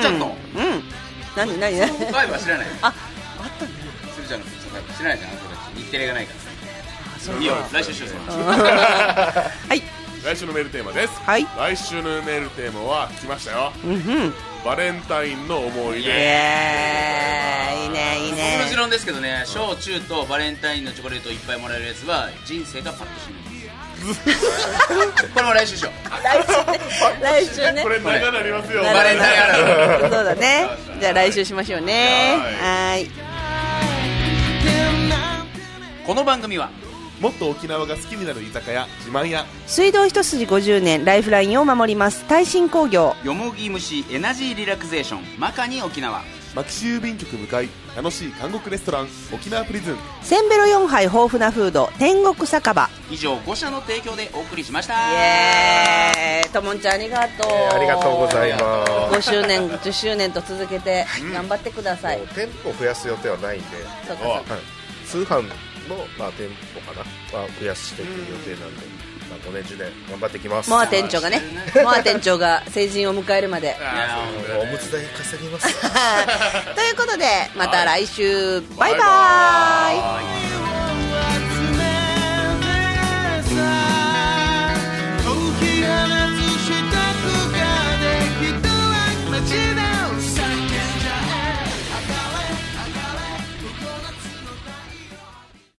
Speaker 5: 鶴ちゃんの
Speaker 3: うん何何何
Speaker 5: ファイブは知らない
Speaker 3: ああ
Speaker 5: った鶴ちゃんのファイブ知らないじゃんあの子たち日テレがないからいいよ来週しようそれ
Speaker 3: はい
Speaker 2: 来週のメールテーマです、
Speaker 3: はい、
Speaker 2: 来週のメールテーマは来ましたよ
Speaker 3: うんうん
Speaker 2: バレンタインの思い出
Speaker 5: イエ
Speaker 3: いいねいい
Speaker 5: 僕の持
Speaker 3: ね
Speaker 5: 論ですけどね小中とバレンタインのチョコレートいっぱいもらえるやつは人生がパッとしないこれも来週しよう
Speaker 3: 来週ね
Speaker 2: これ長なりますよ
Speaker 5: バレンタインある あ
Speaker 3: そ
Speaker 5: る
Speaker 3: うだねじゃあ来週しましょうねはい
Speaker 5: この番組は
Speaker 2: もっと沖縄が好きになる居酒屋自慢屋
Speaker 3: 水道一筋50年ライフラインを守ります耐震工業
Speaker 5: よもぎ虫エナジーリラクゼーションマカに沖縄
Speaker 2: 牧師郵便局向かい楽しい韓国レストラン沖縄プリズン
Speaker 3: せんべろ4杯豊富なフード天国酒場
Speaker 5: 以上5社の提供でお送りしました
Speaker 3: えーともんちゃんありがとう、
Speaker 4: ありがとうございます
Speaker 3: 5周年10周年と続けて頑張ってください、
Speaker 4: 店舗増やす予定はないんで、
Speaker 3: そうか
Speaker 4: はい通販の、まあ、店舗かなは増やしていく予定なんで、まあ、5年10年頑張ってきます
Speaker 3: モア店長がねモア店長が成人を迎えるま で
Speaker 4: おむつ代稼ぎます
Speaker 3: ということでまた来週、バイバイ
Speaker 4: バイバイ